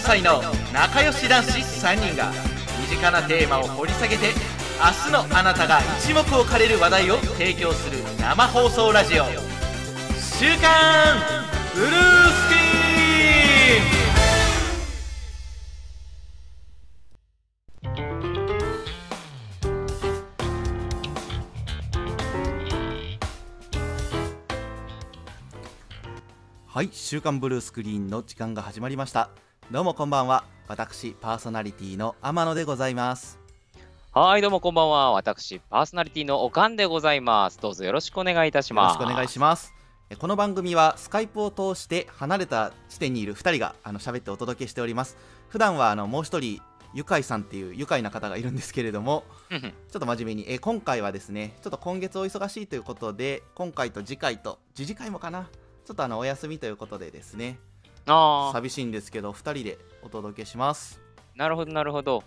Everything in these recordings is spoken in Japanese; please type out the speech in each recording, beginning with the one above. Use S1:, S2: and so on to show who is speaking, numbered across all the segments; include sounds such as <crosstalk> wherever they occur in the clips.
S1: 歳の仲良し男子3人が身近なテーマを掘り下げて明日のあなたが一目置かれる話題を提供する生放送ラジオ「週刊ブルースクリーン」
S2: はい週刊ブルースクリーンの時間が始まりましたどうもこんばんは私パーソナリティの天野でございます
S3: はい、どうもこんばんは。私、パーソナリティのおかんでございます。どうぞよろしくお願いいたし
S2: よろ
S3: ま
S2: し
S3: す。
S2: くお願いしますえこの番組はスカイプを通して離れた地点にいる2人があの喋ってお届けしております普段はあのもう一人ゆかいさんっていう愉快な方がいるんですけれども
S3: うんうん
S2: ちょっと真面目に、えー今回はですね、ちょっと今月お忙しいということで、今回と次回と、次次回もかな、ちょっとあのお休みということでですね、
S3: ああ、
S2: 寂しいんですけど、2人でお届けします。
S3: なるほど、なるほど。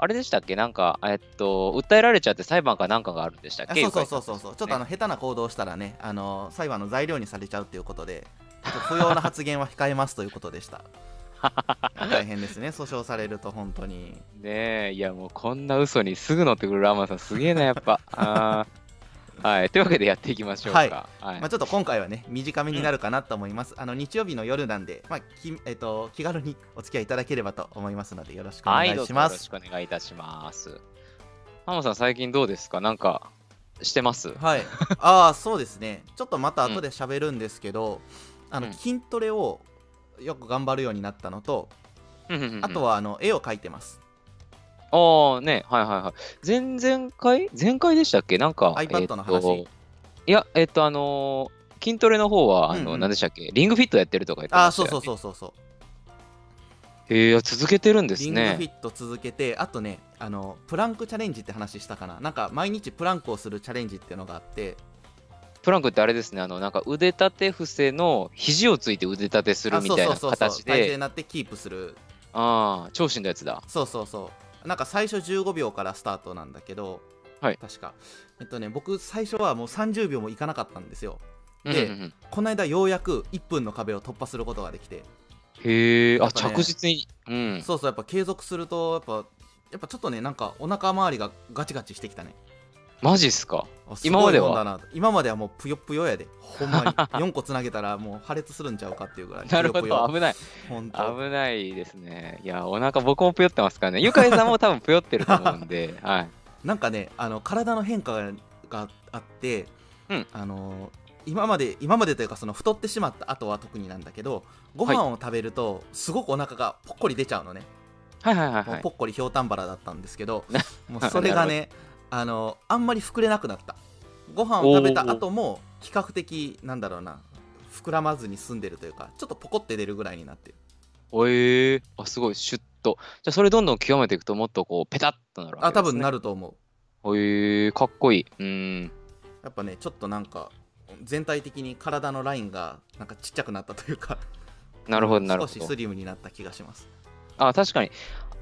S3: あれでしたっけなんか、えっと、訴えられちゃって裁判かなんかがあるんでしたっ
S2: あ
S3: け
S2: そうそうそうそうそう、ちょっとあ
S3: の、
S2: の下手な行動をしたらね、あの裁判の材料にされちゃうということで、ちょっと不要な発言は控えますということで
S3: <laughs>
S2: した。大変ですね、訴訟されると本当に。
S3: ねえ、いやもうこんな嘘にすぐ乗ってくるラーマンさん、すげえな、やっ
S2: <laughs>
S3: ぱ。あーはい、というわけでやっていきましょうか。
S2: はい
S3: はい
S2: まあ、ちょっと今回はね短めになるかなと思います、あの日曜日の夜なんで、まあきえっと、気軽にお付き合いいただければと思いますのでよろしくお
S3: は
S2: 願
S3: い、ど
S2: いうし
S3: ぞよ
S2: ま
S3: ろし
S2: す
S3: くお願いいたします。ハモさん、最近どうですかなんか、してます
S2: はい、
S3: <laughs>
S2: ああそうですねちょっとまた後で喋るんですけど、あ
S3: う
S2: の
S3: ん
S2: 筋トレをよく頑張るようになったのと、あと
S3: は
S2: はあの絵を描いてます、
S3: ああ、ね、はいはいはい。前々回前回でしたっけなんか。
S2: iPad
S3: えっと
S2: の話
S3: いや、えっと、あのー筋トレの方は、あ
S2: うんう
S3: の、
S2: ん
S3: 何でしたっけリングフィットやってるとか言って
S2: あ
S3: ま
S2: あ
S3: し
S2: そ
S3: たよ
S2: う
S3: ね
S2: そうそうそうそう
S3: えー、続けてるんです
S2: リングフィ
S3: ね。
S2: ット続けてあとねあのプランクチャレンジって話したかななんか毎日プランクをするチャレンジっていうのがあって
S3: プランクってあれですね、あの、なんか腕立て伏せの肘をついて腕立てする
S2: あ
S3: み
S2: そう
S3: たい
S2: そう
S3: な
S2: そうそう
S3: 形
S2: 体勢に
S3: で、
S2: なってキープする
S3: ああ、長身のやつだ。
S2: そうそうそうなんか最初15秒からスタートなんだけど、
S3: はい
S2: 確かえっとね僕最初はもう30秒もいかなかったんですよで
S3: うんうんうん
S2: この間ようやく1分の壁を突破することができて、
S3: へえ、
S2: や
S3: あ、
S2: っぱね
S3: 着実に。うん。
S2: そうそうやっぱ継続するとやっぱやっぱちょっとねなんかお腹周りがガチガチしてきたね
S3: マジっすか。
S2: あす
S3: 今
S2: ご
S3: ま
S2: い
S3: で
S2: もん
S3: は
S2: だなと今まではもうぷよぷよやでほんまに4
S3: <laughs>
S2: 個つなげたらもう破裂するんちゃうかっていうぐらい
S3: なるほ
S2: ぷよ
S3: ど、
S2: ぷよ
S3: 危ない。
S2: ほんと
S3: 危ないですね。いや、お腹、僕もぷよってますからね。ゆかりさんも多分ぷよってると思う
S2: <laughs>
S3: んで、はい。
S2: なんかねあの体の変化ががあって、
S3: うん
S2: あの今まで今までというかその太ってしまった後は特になんだけどご飯を食べるとすごくお腹がぽっこり出ちゃうのね、
S3: はいはいはい、は
S2: もう
S3: い
S2: ぽ。っこりひょうたんばらだったんですけ
S3: <laughs>
S2: どもうそれがねあのあんまり膨れなくなったご飯を食べた後も比較的なんだろうな膨らまずに済んでるというかちょっとポコって出るぐらいになってる
S3: おえー、あ、すごい、シュッと。じゃあ、それどんどん極めていくと、もっとこう、ペタッとなるわけです、ね。
S2: あ多分な
S3: る。
S2: ると思う
S3: おえー、かっこいい。うーん。
S2: やっぱねちょっとなんか全体的に体のラインがなんかちっちゃくなったというか
S3: なるほど、なるほ
S2: 少し
S3: ど
S2: ス。リムになった気がします
S3: あ、確かに。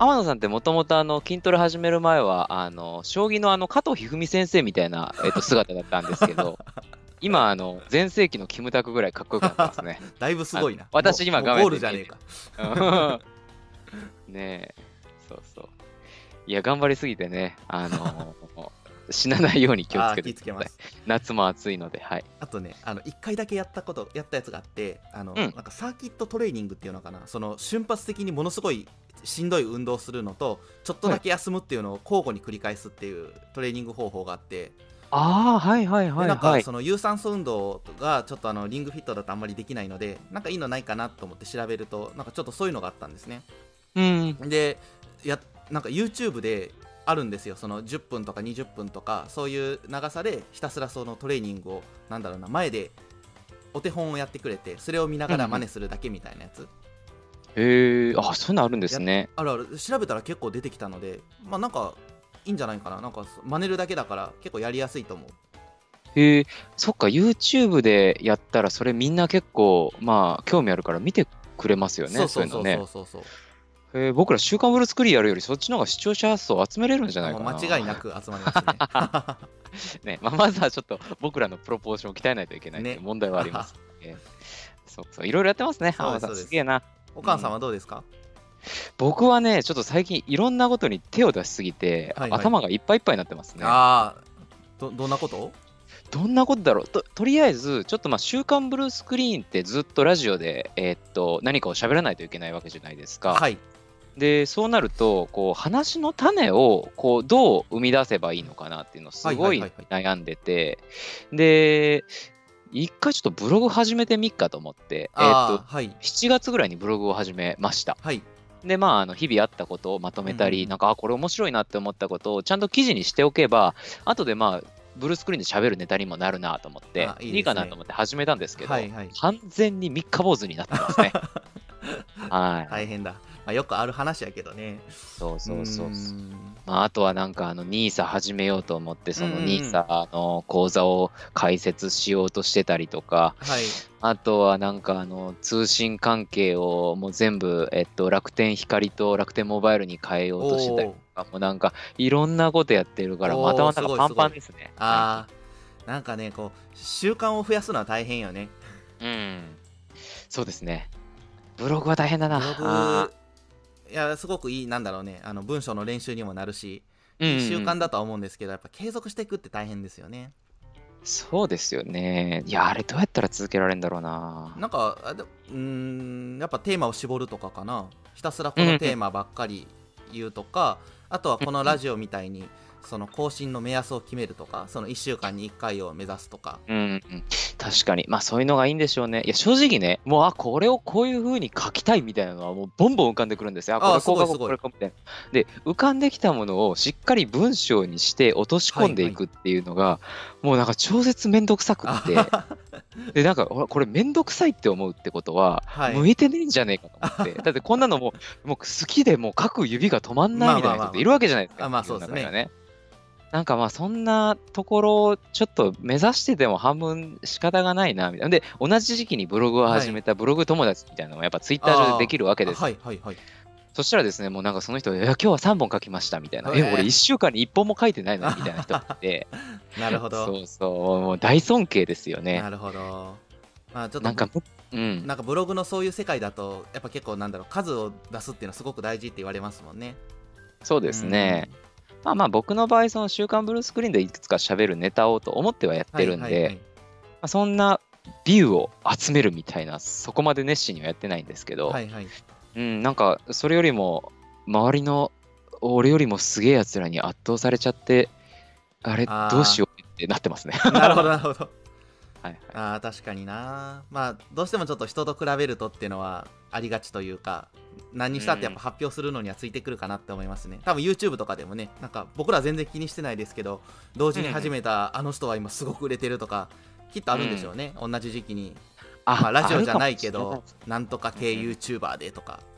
S3: 天野さんってもともとあの筋トレ始める前はあの将棋のあの加藤一二三先生みたいな、え
S2: <laughs>
S3: っと、姿だったんですけど今あの全盛期のキムタクぐらいかっこよくなってますね。
S2: だいぶすごいな
S3: あ私今
S2: もう
S3: 画面で
S2: ゴールじゃねえか
S3: うんねえ、そうそう。いや、頑張りすぎてね、あの死なないように気を
S2: あ
S3: つ
S2: ー
S3: け
S2: 気
S3: て
S2: ぃつけ
S3: く
S2: ま
S3: ださい。
S2: す
S3: 夏も暑いので、はい。
S2: あとねあの1回だけやったことやったやつがあってあの、
S3: ん
S2: なんかサーキットトレーニングっていうのかなその瞬発的にものすごいしんどい運動をするのとちょっとだけ休むっていうのを交互に繰り返すっていうトレーニング方法があって、
S3: ああ、はいはい
S2: で
S3: はい
S2: なんか
S3: はい。
S2: その有酸素運動がちょっとあのリングフィットだとあんまりできないのでなんかいいのないかなと思って調べるとなんかちょっとそういうのがあったんですね
S3: うん。
S2: でやなんか YouTube であるんですよその10分とか20分とかそういう長さでひたすらそのトレーニングをなんだろうな前でお手本をやってくれてそれを見ながら真似するだけみたいなやつ、
S3: へえ、あそういうのあるんですね。
S2: あるある調べたら結構出てきたのでまあなんかいいんじゃないかななんか真似るだけだから結構やりやすいと思う
S3: へえ、そっか、YouTube でやったら、それみんな結構、まあ、興味あるから見てくれますよね、そういうのね
S2: そう。そうそう
S3: へえ僕ら、週刊ブルースクリーンやるより、そっちの方が視聴者数を集めれるんじゃない
S2: も
S3: か
S2: う
S3: な。
S2: 間違いなく集まりますね
S3: <laughs> ね、まあ、まずはちょっと僕らのプロポーションを鍛えないといけないっていう
S2: ね
S3: 問題は
S2: <laughs>
S3: あります。えーそうそう、いろいろやってますね。
S2: そう
S3: 浜
S2: です
S3: 田さ、
S2: そうんです
S3: すげえな。
S2: お母さんはどうですか、
S3: 僕はね、ちょっと最近いろんなことに手を出しすぎて、
S2: はいはい
S3: 頭がいっぱいいっぱいになってますね。
S2: ああどどんなこと
S3: どんなことだろうととりあえず、ちょっとまあ週刊ブルースクリーンってずっとラジオで、えーっと何かを喋らないといけないわけじゃないですか。
S2: はい
S3: でそうなるとこう話の種をこうどう生み出せばいいのかなっていうのをすごい
S2: はいはいはい
S3: 悩んでて、で一回ちょっとブログ始めてみっかと思って、え
S2: ああ、
S3: ーっと
S2: はい
S3: 7月ぐらいにブログを始めました。
S2: はい
S3: でまあ、あの日々あったことをまとめたり、
S2: うん
S3: なんかあこれ面白いなって思ったことをちゃんと記事にしておけば後でまあブルースクリーンで喋るネタにもなるなと思って
S2: あいいですね
S3: いいかなと思って始めたんですけど、
S2: はいはい
S3: 完全に三日坊主に
S2: <laughs>
S3: なってますね。はい、
S2: 大変だ、まあ、よくある話やけどね
S3: そうそうそう
S2: ー
S3: そうんまあ、あとはなんかあの NISA 始めようと思ってその
S2: うんうんうん
S3: NISA の口座を開設しようとしてたりとか
S2: はい
S3: あとはなんかあの通信関係をもう全部えっと楽天光と楽天モバイルに変えようとしてたり
S2: おー
S3: とかもうなんかいろんなことやってるから
S2: おー
S3: またまた
S2: すごい
S3: パンパンですね。
S2: ああなんかねこう習慣を増やすのは大変よね
S3: うんそうですね。ブログは大変だな。
S2: ブロ
S3: あ
S2: グいやすごくいいなんだろうねあの文章の練習にもなるし、
S3: ーうんうん
S2: 習慣だとは思うんですけどやっぱ継続していくって大変ですよね
S3: そうですよね。いやあれどうやったら続けられるんだろうな。
S2: なんかあでうーんやっぱテーマを絞るとかかなひたすらこのテーマばっかり言うとか、あとはこのラジオみたいにその更新の目安を決めるとかその1週間に1回を目指すとか
S3: うんうん、確かに、まあそういうのがいいんでしょうね。いや、正直ね、もう、あ、これをこういう風に書きたいみたいなのは、もう、ボンボン浮かんでくるんですよ。あ、こ
S2: あ
S3: れこうか、
S2: すごいすごい
S3: これこうみたいな。で、浮かんできたものをしっかり文章にして落とし込んでいくっていうのが、もうなんか超絶めんどくさくって、
S2: <laughs>
S3: で、なんか、ほらこれめんどくさいって思うってことは、
S2: はい
S3: 向いてねえんじゃねえかと
S2: <laughs>
S3: 思って、だってこんなのもう、もう好きでもう書く指が止まんないみたいな人っているわけじゃないですか。
S2: まあまあまあまあまあそうですね
S3: 世の中にはなんかまあそんなところをちょっと目指してでも半分仕方がないなみたいな。で、同じ時期にブログを始めたブログ友達みたいなのもやっぱツイッター上でできるわけですよ。
S2: はいはいはい
S3: そしたらですね、もうなんかその人が、いや今日は3本書きましたみたいな。
S2: え
S3: え、
S2: ー
S3: 俺1週間に1本も書いてないのみたいな人がいて。
S2: <laughs> なるほど
S3: そうそう、もう大尊敬ですよね
S2: な。るほどまあちょっと
S3: なんか、うん。
S2: なんかブログのそういう世界だとやっぱ結構なんだろう数を出すっていうのはすごく大事って言われますもんね
S3: そうですね。まあまあ僕の場合、その週刊ブルースクリーンでいくつか喋るネタをと思ってはやっ
S2: うん
S3: てるんで、
S2: はいはいはい
S3: まあ、そんなビューを集めるみたいな、そこまで熱心にはやってないんですけど、
S2: はいはい
S3: うん、なんかそれよりも、周りの俺よりもすげえやつらに圧倒されちゃって、あれ、
S2: あー
S3: どうしようって <laughs> なってますね。
S2: なるほどなるほど
S3: はいはい、
S2: あー確かになまあどうしてもちょっと人と比べるとっていうのはありがちというか何にしたってやっぱ発表するのにはついてくるかなって思いますね、多分 YouTube とかでもねなんか僕ら全然気にしてないですけど同時に始めたあの人は今すごく売れてるとかきっとあるんでしょうね、同じ時期に、
S3: あ
S2: まあ、ラジオじゃな
S3: あ
S2: い
S3: るかもし
S2: け
S3: れ
S2: どな
S3: な
S2: んとか系 YouTuber でとか
S3: <laughs>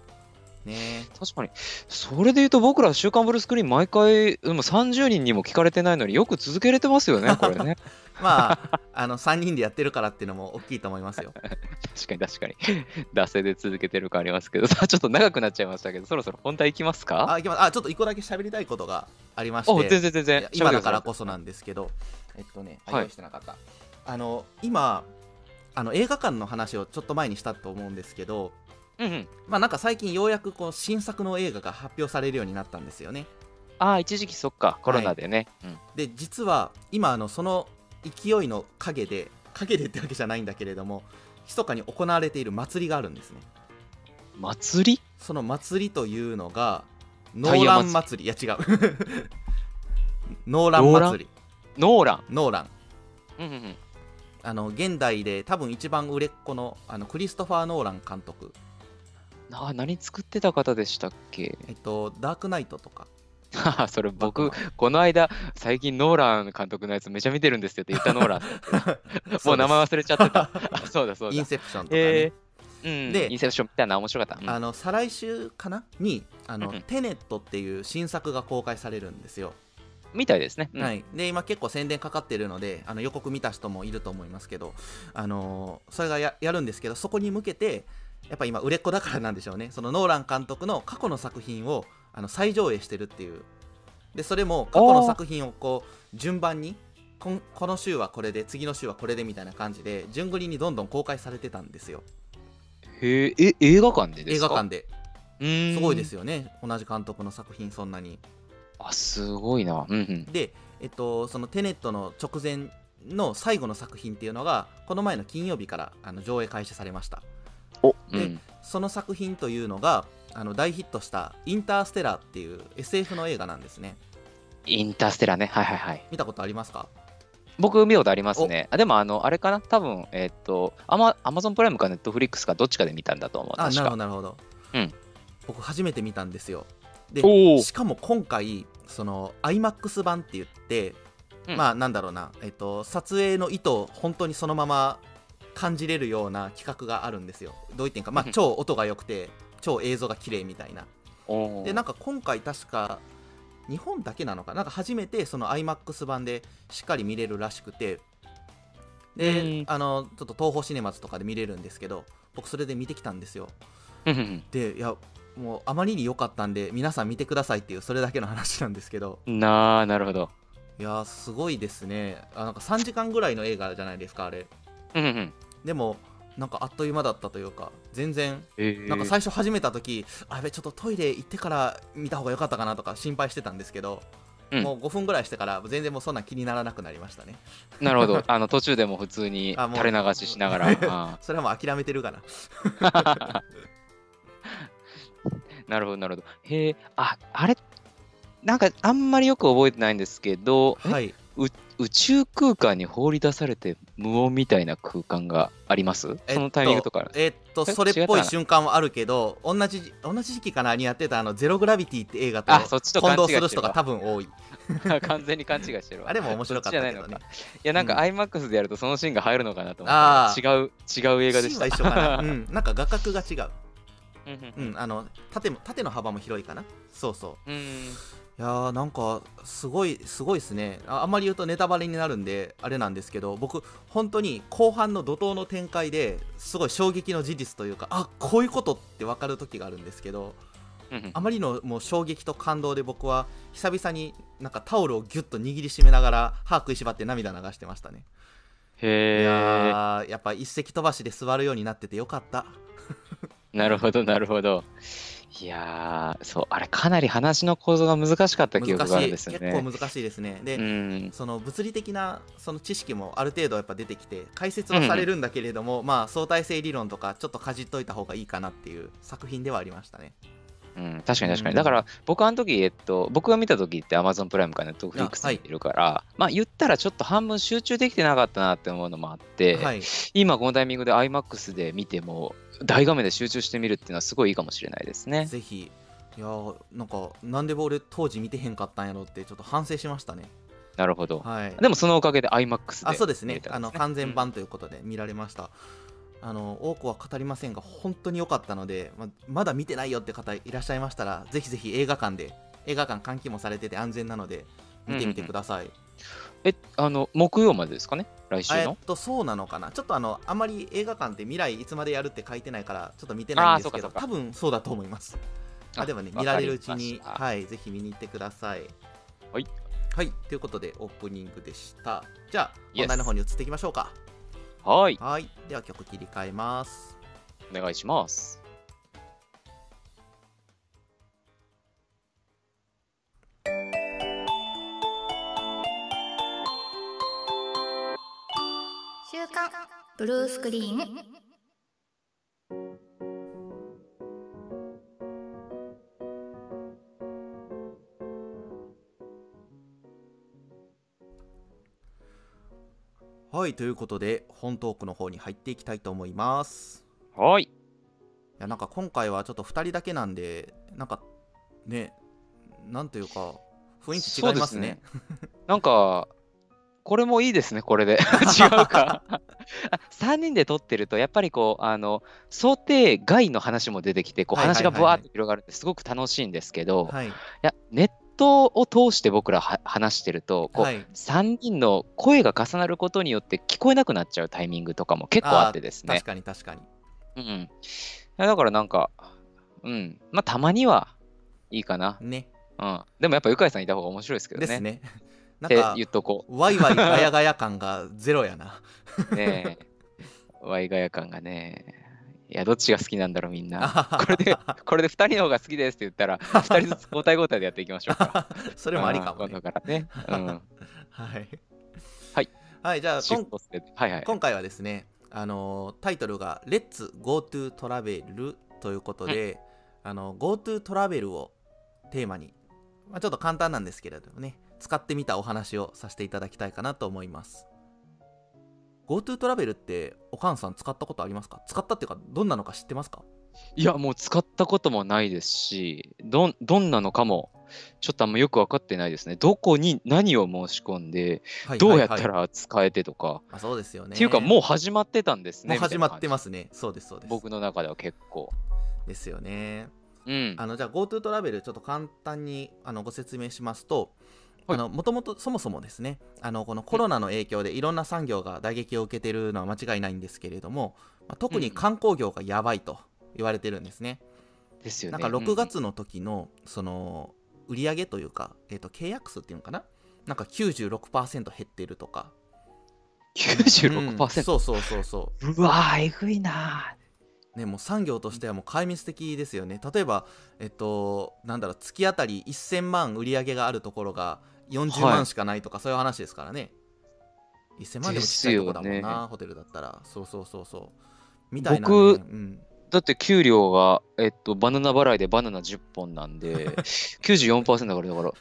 S2: ね
S3: 確かにそれで言うと僕ら「週刊ブルースクリーン」毎回でも30人にも聞かれてないのによく続けれてますよねこれね
S2: まああの3人でやってるからっていうのも大きいと思います
S3: <laughs>
S2: よ
S3: 確かに確かに。 <laughs> 惰性で続けてる感ありますけど、 <laughs> さあちょっと長くなっちゃいましたけど、そろそろ本題いきますか
S2: あいきますあちょっと一個だけ喋りたいことがありまして
S3: お全然全
S2: いや
S3: 然。
S2: 今だから
S3: こ
S2: こそなんですけど、えっとね、あ
S3: はい
S2: 用意してなかった。あの今あの映画館の話をちょっと前にしたと思うんですけど、
S3: うんうん。
S2: まあなんか最近ようやくこう新作の映画が発表されるようになったんですよね。
S3: ああ、一時期そっか、コロナでね。うん
S2: で実は今あのその勢いの陰で陰でってわけじゃないんだけれども、密かに行われている祭りがあるんですね。
S3: 祭り
S2: その祭りというのがノ
S3: 太陽祭り
S2: ーラン祭りいや違う <laughs> ノーラン祭り
S3: ノーラン。
S2: ノーラン
S3: うんうんうん。
S2: あの現代で多分一番売れっ子のあのクリストファー・ノーラン監督、
S3: あ何作ってた方でしたっけ <laughs>
S2: えっと、ダークナイトとか
S3: ははそれ
S2: バ
S3: 僕
S2: ッ、
S3: この間、最近ノーラン監督のやつめちゃ見てるんですよって言ったノ
S2: <laughs>
S3: ーラン。
S2: トマン
S3: もう名前
S2: そ
S3: 忘れちゃっ
S2: <laughs>
S3: てた。あそうだそう
S2: で
S3: う
S2: すイ
S3: だ
S2: ン。セプションとかね、
S3: えーうん、
S2: で
S3: インセプションみたいな面白かった。うん
S2: あの再来週かなにあの、
S3: うんうん
S2: テネットっていう新作が公開されるんですよ、
S3: みたいですね。うん
S2: はい、で今結構宣伝かかってるのであの予告見た人もいると思いますけど、あのーそれがややるんですけどそこに向けてやっぱ今売れっ子だからなんでしょうねそのノーラン監督の過去の作品をあの再上映してるっていうでそれも過去の作品をこう順番にこんこの週はこれで次の週はこれでみたいな感じで順繰りにどんどん公開されてたんですよ
S3: へえ、え映画館でで
S2: 映
S3: すか
S2: 画館ですごいです
S3: よ。
S2: よね同じ監督の作品そんなに
S3: あ、すごいな。うんうん。
S2: で、えっと、そのテネットの直前の最後の作品っていうのがこの前の金曜日からあの上映開始されました
S3: お、う
S2: で
S3: ん。
S2: その作品というのがあの大ヒットした「インターステラー」っていう SF の映画なんですね
S3: インターステラーね。はいはいはい。
S2: 見たことありますか
S3: 僕、見たことありますね。あでも、あの、あれかな多分、えっと、アマアマゾンプライムかネットフリックスかどっちかで見たんだと思う。
S2: あ
S3: 確
S2: なるほ
S3: か
S2: ど。なるほど、
S3: うん
S2: 僕初めて見たんですよで
S3: おお
S2: しかも今回その iMAX 版って言って、
S3: うん
S2: まあなんだろうな、えっと、撮影の意図を本当にそのまま感じれるような企画があるんですよどういってんか、ま
S3: う
S2: あ、
S3: ん
S2: 超音が良くて超映像が綺麗みたいな
S3: おー
S2: でなんか今回確か日本だけなのかななんか初めてその iMAX 版でしっかり見れるらしくてで、
S3: うん
S2: あのちょっと東宝シネマズとかで見れるんですけど僕それで見てきたんですよ
S3: うんうん
S2: でいやもうあまりに良かったんで皆さん見てくださいっていうそれだけの話なんですけど
S3: うんなあ、なるほど。
S2: いやーすごいですねあなんか3時間ぐらいの映画じゃないですかあれ
S3: うんうん
S2: でもなんかあっという間だったというか全然
S3: うん。
S2: なんか最初始めた時、あやべちょっとトイレ行ってから見た方が良かったかなとか心配してたんですけど、
S3: うん
S2: もう5分ぐらいしてから全然もうそんなん気にならなくなりましたね
S3: なるほど。あの、途中でも普通に
S2: <laughs> あもう
S3: 垂れ流しし
S2: <laughs>
S3: ながら。あ
S2: それはもう諦めてるかな
S3: ーなるほど、なるほど。へえ、あ、あれ、なんかあんまりよく覚えてないんですけど、え
S2: はい
S3: 宇宙空間に放り出されて無音みたいな空間があります、そのタイミングとかある。
S2: えっと
S3: え
S2: それっぽい瞬間はあるけど同じ同じ時期かなにやってたあの「ゼログラビティ」って映画と
S3: あ、そっちと
S2: 混
S3: 勘
S2: 同
S3: 違いし
S2: す
S3: てる
S2: る人が多分多い
S3: わ完全に <laughs> 勘違いしてるわ。
S2: あれも面白かったけど
S3: そちじ
S2: ね
S3: ゃないのかいや、なんか
S2: うん
S3: IMAX でやるとそのシーンが入るのかなと思
S2: あ
S3: って、違う、違う映画でした。
S2: シーンは一緒かな、
S3: <laughs>
S2: うん、なんか画角が違う、
S3: うん
S2: う
S3: うん
S2: ん、あの縦も縦の幅も広いかなそうそう
S3: うん
S2: いやーなんかすごいすごいですねああんまり言うとネタバレになるんであれなんですけど僕本当に後半の怒涛の展開ですごい衝撃の事実というかあこういうことって分かる時があるんですけど
S3: うんうん
S2: あまりのもう衝撃と感動で僕は久々になんかタオルをギュッと握りしめながら歯食いしばって涙流してましたね、い
S3: へえ、
S2: やーやっぱ一石飛ばしで座るようになっててよかった
S3: なるほど、なるほど。いやー、そう、あれ、かなり話の構造が難しかった記憶
S2: 難し
S3: がある
S2: い
S3: んです
S2: 結
S3: よ
S2: 構
S3: ね。
S2: 難しいですねで、
S3: うん、
S2: その物理的なその知識もある程度やっぱ出てきて解説はされるんだけれども、まあ相対性理論とかちょっとかじっといた方がいいかなっていう作品ではありましたね。
S3: うん、確かに確か
S2: うん
S3: に。だから、僕あの時、えっと、僕が見た時って Amazon プライムかネットフリックス
S2: あは
S3: に
S2: い
S3: いるから、まあ言ったらちょっと半分集中できてなかったなって思うのもあって、
S2: はい、
S3: 今このタイミングで IMAX で見ても、大画面で集中してみるっていうのはすごいいいかもしれないですね。
S2: ぜひいやーなんかなんで俺当時見てへんかったんやろってちょっと反省しましたね。
S3: なるほど。
S2: はい、
S3: でもそのおかげで IMAX で。
S2: あそうです
S3: 見れ
S2: ね
S3: た
S2: あ
S3: ん
S2: の完全版ということで見られました。あの多くは語りませんが本当に良かったのでままだ見てないよって方いらっしゃいましたらぜひぜひ映画館で映画館換気もされてて安全なので見てみてください。
S3: え、あの、木曜までですかね来週
S2: え
S3: の
S2: っとそうなのかなちょっとあのあんまり映画館って未来いつまでやるって書いてないからちょっと見てないんですけ
S3: あーそ
S2: ど
S3: うか
S2: 多
S3: そ
S2: 分そうだと思いますあでもね
S3: わ
S2: 見
S3: からり
S2: れるうちに
S3: ました
S2: はいぜひ見に行ってください
S3: はい
S2: はいということでオープニングでしたじゃあ
S3: Yes
S2: 本題の方に移っていきましょうか
S3: はい、
S2: はいでは曲切り替えます
S3: お願いします。
S4: 週刊ブルースクリーン
S2: はいということで本トークの方に入っていきたいと思います
S3: はい。
S2: いやなんか今回はちょっと2人だけなんでなんかねなんというか雰囲気違いますね
S3: なんか、これもいいですね、これで。 <laughs> 違うか。3人で撮ってると、やっぱりこう、あの、想定外の話も出てきて、こう
S2: はいはいは
S3: 話
S2: い
S3: がぶわーっと広がるんですごく楽しいんですけど、
S2: はい
S3: いや、ネットを通して僕らは話してると、こう、
S2: はい
S3: 3人の声が重なることによって聞こえなくなっちゃうタイミングとかも結構あってですね
S2: 確。かに確かに
S3: うんうん、いやだからなんか、うん、まあたまにはいいかな。
S2: ね
S3: うん、でもやっぱゆかいさんいた方が面白いですけどね。
S2: です
S3: <laughs>
S2: ねな
S3: っ
S2: ん
S3: て
S2: か
S3: 言っとこ
S2: ワイワイガヤガヤ感がゼロやな <laughs>
S3: う。ねえ。ワイガヤ感がね。いや、どっちが好きなんだろう、みんな。
S2: こ
S3: これで、これで2人の方が好きですって言ったら、2人ずつ交代交代でやっていきましょうか。
S2: <laughs> <laughs> それもありか
S3: う
S2: も
S3: ん
S2: ね
S3: 今度からね。うん。
S2: はい
S3: はい、
S2: はい、 <laughs> じゃあ
S3: シ
S2: こ
S3: フ
S2: ん
S3: トするはいはい。
S2: 今回はですね、あのータイトルが「レッツ GoTo トラベル」ということで、あの GoTo トラベルをテーマに、まあ、ちょっと簡単なんですけれどもね使ってみたお話をさせていただきたいかなと思います GoTo トラベルっておかんさん使ったことありますか使ったっていうかどんなのか知ってますか
S3: いや、もう使ったこともないですし、どん、どんなのかも、ちょっとあんまよく分かってないですね。どこに何を申し込んで、
S2: はい
S3: どうやった
S2: はいはい
S3: ら使えてとか。
S2: あそうですよね
S3: っていうか、もう始まってたんです
S2: も
S3: ね。。
S2: う始まってますすねそうですそうです
S3: 僕の中では結構。
S2: ですよね
S3: うん。
S2: あのじゃあ GoTo トラベルちょっと簡単にあのご説明しますと
S3: はい
S2: もともとそもそもですねあのこのコロナの影響でいろんな産業が打撃を受けてるのは間違いないんですけれども、まあ特に観光業がやばいと言われてるんですね。
S3: ですよ
S2: な
S3: ね。
S2: んか
S3: う
S2: 6月の時のその売り上げというか、えっと契約数っていうのかななんか96%減ってるとか、うん
S3: 96%。
S2: そうそうそうそう
S3: わー、えぐいな
S2: う、ね、もう産業としてはもう壊滅的ですよね例えばえっとなんだろう月当たり1000万売り上げがあるところが40
S3: は
S2: 万
S3: い
S2: しかないとか、そういう話ですからね1000万でも
S3: で
S2: ちっ
S3: す
S2: ちゃい
S3: よ
S2: と
S3: ね
S2: こだもんな、ホテルだったらそうそうそうそうみたいな、ね、
S3: 僕
S2: うん、
S3: だって給料が、えっと、バナナ払いでバナナ10本な
S2: <laughs>
S3: んで、94%だから、だか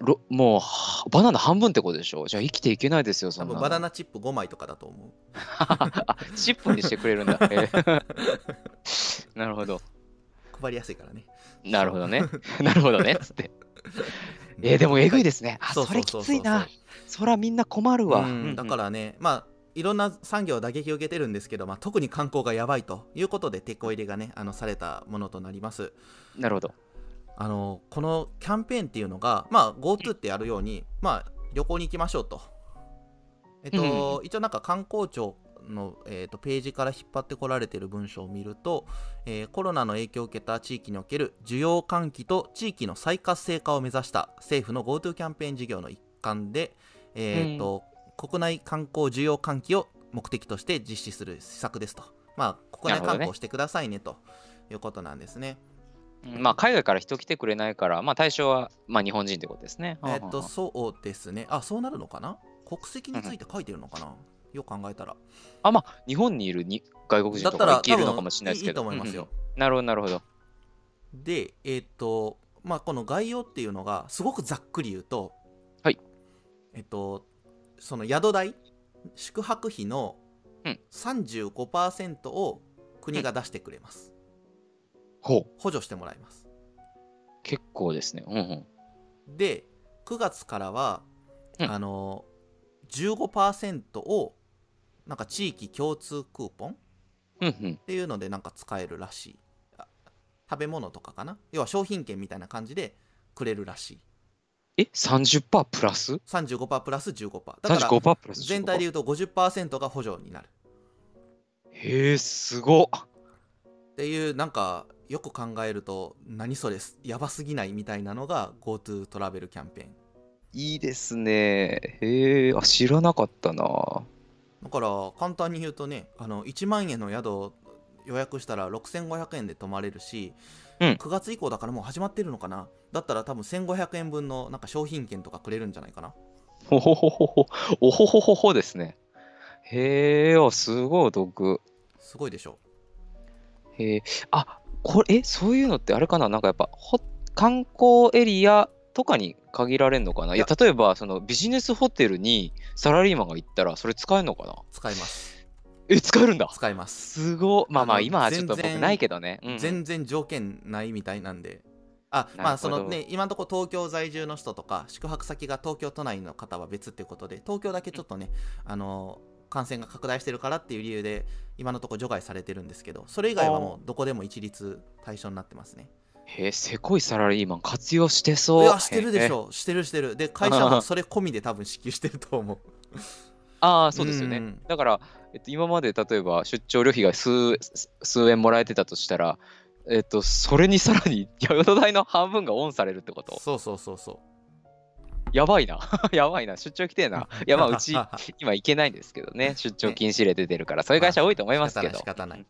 S3: ら、ろもうは、バナナ半分ってことでしょじゃあ生きていけないですよ、そ
S2: 多
S3: んな
S2: 分
S3: の。
S2: バナナチップ5枚とかだと思う
S3: あ、チップにしてくれ
S2: <laughs>
S3: るんだ。えー <laughs> なるほど。
S2: 配りやすいからね
S3: なるほどね。なるほどね。つって。えーでもえぐいですね。あ、
S2: そうそ
S3: そ
S2: うそ
S3: れ
S2: うそ
S3: き
S2: う
S3: ついな。そらみんな困るわ。。
S2: うんだかららね、まあいろんな産業打撃を受けてるんですけど、まあ、特に観光がやばいということでテこ入れがねあのされたものとなります
S3: なるほど。
S2: あのこのキャンペーンっていうのが、まあ、GoTo ってやるように、まあ、旅行に行きましょうと。えっと、一応なんか観光庁の、えっと、ページから引っ張ってこられてる文章を見ると、えーコロナの影響を受けた地域における需要喚起と地域の再活性化を目指した政府の GoTo キャンペーン事業の一環で、えっと国内観光需要喚起を目的として実施する施策ですと。まあ、国内
S3: なるほ
S2: 観
S3: どね
S2: 光してくださいねということなんですね。
S3: まあ、海外から人来てくれないから、まあ、対象は、まあ、日本人ってことですね。
S2: えっと、そうですね。あ、そうなるのかな国籍について書いてるのかなよく考えたら。
S3: あ、まあ、日本にいるに外国人
S2: だ
S3: と
S2: った
S3: かが
S2: ら、
S3: 生き
S2: 多
S3: るのかもしれな
S2: 分
S3: い
S2: い
S3: です
S2: いと
S3: けど。
S2: 思いますよ。
S3: うんうん。なるほど、なるほど。
S2: で、えっと、まあ、この概要っていうのが、すごくざっくり言うと、
S3: はい。
S2: えっと、その宿代、宿泊費の
S3: うん
S2: 35%を国が出してくれます。
S3: ほう。
S2: 補助してもらいます。
S3: 結構ですね。うんうん。
S2: で、9月からは、
S3: うん
S2: あの、15%を、なんか地域共通クーポン
S3: うんうん
S2: っ。ていうのでなんか使えるらしいあ食べ物とかかな要は商品券みたいな感じでくれるらしい
S3: え、30%プラス
S2: 35%プラス15%だから
S3: ?35% プラス15%
S2: 全体で言うと50%が補助になる
S3: へえ、すごっ。
S2: っていうなんかよく考えると何それやばすぎないみたいなのが GoTo トラベルキャンペーン
S3: いいですね。へえ、あ、知らなかったな。
S2: だから簡単に言うとねあの1万円の宿を予約したら6500円で泊まれるし、
S3: うん
S2: 9月以降だからもう始まってるのかなだったら多分1500円分のなんか商品券とかくれるんじゃないかな
S3: おほほほほ、おほほほほですね。へえ、あすごいお得。
S2: すごいでしょ
S3: へえ、あ、これ、え、そういうのってあれかななんかやっぱ、ほ観光エリアとかに限られるのかないや、例えば、そのビジネスホテルにサラリーマンが行ったら、それ使えるのかな
S2: 使います
S3: え、使えるんだ
S2: 使います
S3: すごい。まあま
S2: あ
S3: あ、
S2: の
S3: 今はちょっと
S2: 全
S3: 僕
S2: 然
S3: ないけどね。うん
S2: 全然条件ないみたいなんであま
S3: な
S2: あ
S3: る
S2: そ
S3: ほど
S2: のね今のところ東京在住の人とか宿泊先が東京都内の方は別っていうことで東京だけちょっとねあの感染が拡大してるからっていう理由で今のところ除外されてるんですけどそれ以外はもうどこでも一律対象になってますね
S3: へえ、せこいサラリーマン活用して
S2: い
S3: そう。
S2: やしてるでし
S3: へえ。
S2: ょしてるしてる
S3: <laughs>
S2: で会社もそれ込みで多分支給してると思う
S3: ああ、そうですよ
S2: う
S3: ね
S2: ん。
S3: だから、えっと、今まで例えば出張旅費が数数円もらえてたとしたら、えっと、それにさらに宿代の半分がオンされるってこと
S2: そうそうそうそう
S3: やばいな。 <laughs> やばいな。出張来てえな。いや、まあ、う
S2: <laughs>
S3: ち今行けないんですけどね。出張禁止令出てるから、そういう会社多いと思いますけど。
S2: 仕方ない仕方ない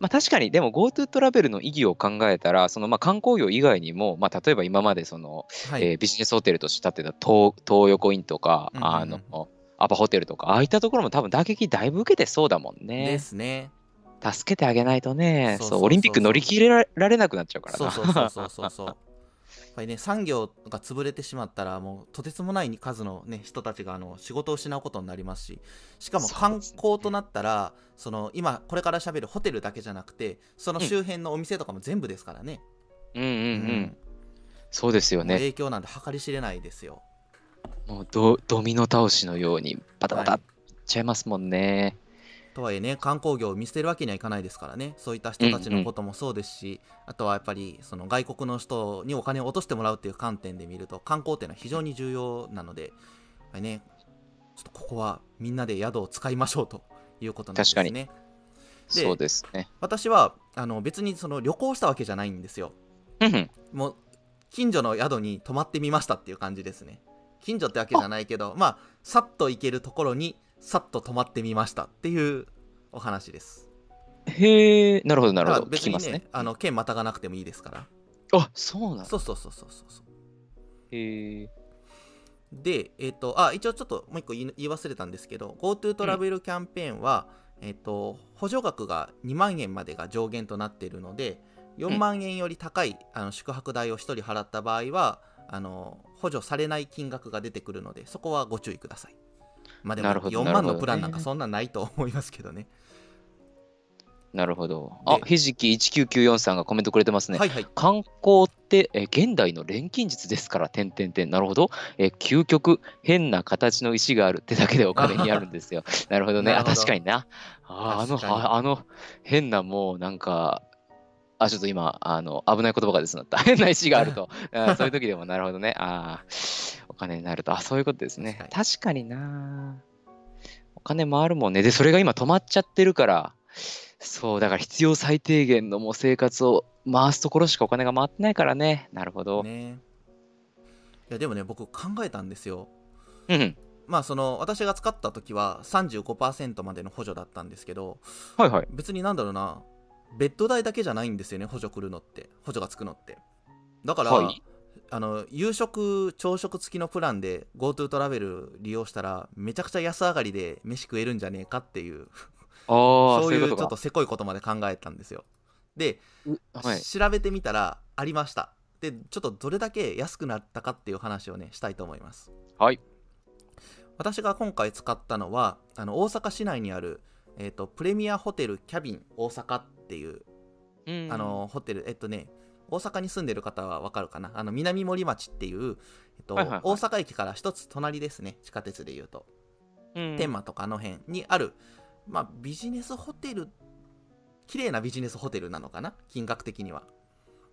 S3: まあ、確かに、でも GoTo トラベルの意義を考えたら、そのまあ観光業以外にも、まあ、例えば今までその、
S2: はい、
S3: えービジネスホテルとして建てた東東横インとか、
S2: うんうんうん
S3: あのアパホテルとか、ああいったところも多分打撃だいぶ受けてそうだもん
S2: で
S3: ね。
S2: すね。
S3: 助けてあげないと
S2: そ
S3: ね、
S2: う
S3: そう
S2: そうそうそう
S3: オリンピック乗り切れらられなくなっちゃうから
S2: そう
S3: な。
S2: そうそうそうそう <laughs> そう。やっぱりね、産業が潰れてしまったら、もうとてつもない数の、ね、人たちがあの仕事を失うことになりますし、しかも
S3: そう
S2: 観
S3: ですね
S2: 光となったら、その今、これから喋るホテルだけじゃなくて、その周辺のお店とかも全部ですからね、
S3: うんうんう。
S2: うん
S3: そうですよ
S2: もう
S3: ね。
S2: 影響なんて計り知れないですよ。
S3: もうドドミノ倒しのように、バタバタ
S2: はい
S3: っちゃいますもんね。
S2: とはいえね観光業を見捨てるわけにはいかないですからねそういった人たちのこともそうですし、あとはやっぱりその外国の人にお金を落としてもらうっていう観点で見ると観光っていうのは非常に重要なので、やっぱりねちょっとここはみんなで宿を使いましょうということなんです
S3: 確
S2: ねで
S3: そうですね。
S2: 私はあの別にその旅行したわけじゃないんですよ
S3: うんうん
S2: もう近所の宿に泊まってみましたっていう感じですね近所ってわけじゃないけどまあさっと行けるところにさっと泊まってみましたっていうお話です
S3: へえ、なるほど、なるほど。
S2: だから
S3: 聞きますね。
S2: あの県またがなくてもいいですから、
S3: あそうなんだ。
S2: そうそうそうそうそうそう
S3: へえ。
S2: でえっ、とあ一応ちょっともう一個言い言い忘れたんですけど GoTo トラベルキャンペーンは、えっ、と補助額が2万円までが上限となっているので4万円より高い、あの宿泊代を1人払った場合はあの補助されない金額が出てくるのでそこはご注意くださいまあでも
S3: なるほど
S2: 4万
S3: なるほど
S2: の
S3: ね
S2: プランなんかそんなないと思いますけどね
S3: なるほど。あ
S2: で
S3: ひじき1994さんがコメントくれてますね。
S2: はいはい
S3: 観光って、えー現代の錬金術ですから、点点点。なるほど。えー究極、変な形の石があるってだけでお金にあるんで
S2: <laughs>
S3: すよ。なるほどね。
S2: なる
S3: あ、
S2: ほど
S3: 確かにな。ああの
S2: 確かに
S3: あ、あの、変なもうなんか、あ、ちょっと今、あの、危ない言葉がですなった。 <laughs> 変な石があると。あ
S2: <laughs>
S3: ーそういう時でも、なるほどね。ああ、お金になると。あ、そういうことですね。
S2: 確
S3: 確かにな。お金回るもんね。で、それが今止まっちゃってるから、そう、だから必要最低限のもう生活を回すところしかお金が回ってないからね。なるほど。
S2: ねいやでもね僕考えたんですよ
S3: うんうん。
S2: まあその私が使った時は35%までの補助だったんですけど
S3: はいはい。
S2: 別になんだろうなベッド代だけじゃないんですよね補助くるのって補助がつくのってだから、
S3: はい
S2: あの夕食朝食付きのプランで GoTo トラベル利用したらめちゃくちゃ安上がりで飯食えるんじゃねえかっていう
S3: ああ、
S2: そ
S3: そう
S2: う
S3: い
S2: いううち
S3: こと
S2: ょっと。
S3: か
S2: せこいことまで考えたんですよで、
S3: うはい。
S2: 調べてみたらありましたでちょっとどれだけ安くなったかっていう話をねしたいと思います
S3: はい
S2: 私が今回使ったのはあの大阪市内にある、えー、とプレミアホテルキャビン大阪っていう、
S3: うん
S2: あ、のホテルえっとね大阪に住んでる方はわかるかなあの南森町っていう、えっと
S3: はいはいはい
S2: 大阪駅から一つ隣ですね地下鉄でいうと
S3: うん
S2: 天満とかあの辺にある、まあ、ビジネスホテル綺麗なビジネスホテルなのかな金額的には、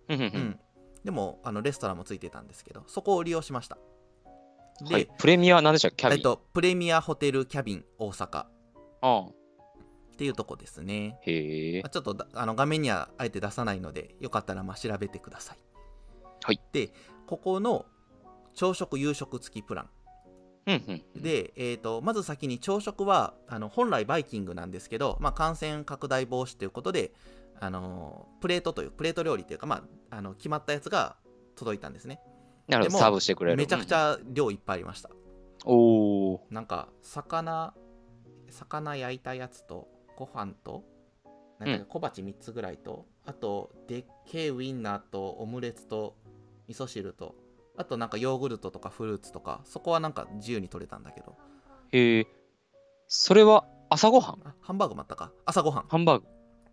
S3: うんうんう
S2: うん
S3: ん
S2: でもあのレストランもついてたんですけどそこを利用しましたで、
S3: はい。プレミアは何でしたっけキャビン。
S2: えっと、プレミアホテルキャビン大阪
S3: ああ
S2: っていうとこですね。
S3: へえ
S2: まあ。ちょっとだあの画面にはあえて出さないので、よかったらまあ調べてください。
S3: はい。
S2: で、ここの朝食、夕食付きプラン。
S3: うんうんうん、
S2: で、えー、とまず先に朝食はあの本来バイキングなんですけど、まあ、感染拡大防止ということで、あのプレートというプレート料理というか、まあ、あの決まったやつが届いたんですね
S3: なる
S2: で
S3: ほど、
S2: も
S3: サーブしてくれる。
S2: めちゃくちゃ量いっぱいありました
S3: うん。おお。
S2: なんか魚魚焼いたやつとご飯となんだっけ小鉢3つぐらいと、あとでっけえウインナーとオムレツと味噌汁とあとなんかヨーグルトとかフルーツとかそこはなんか自由に取れたんだけど
S3: へえ。それは朝ごはん
S2: あハンバーグもあったか朝ごはん
S3: ハンバーグ。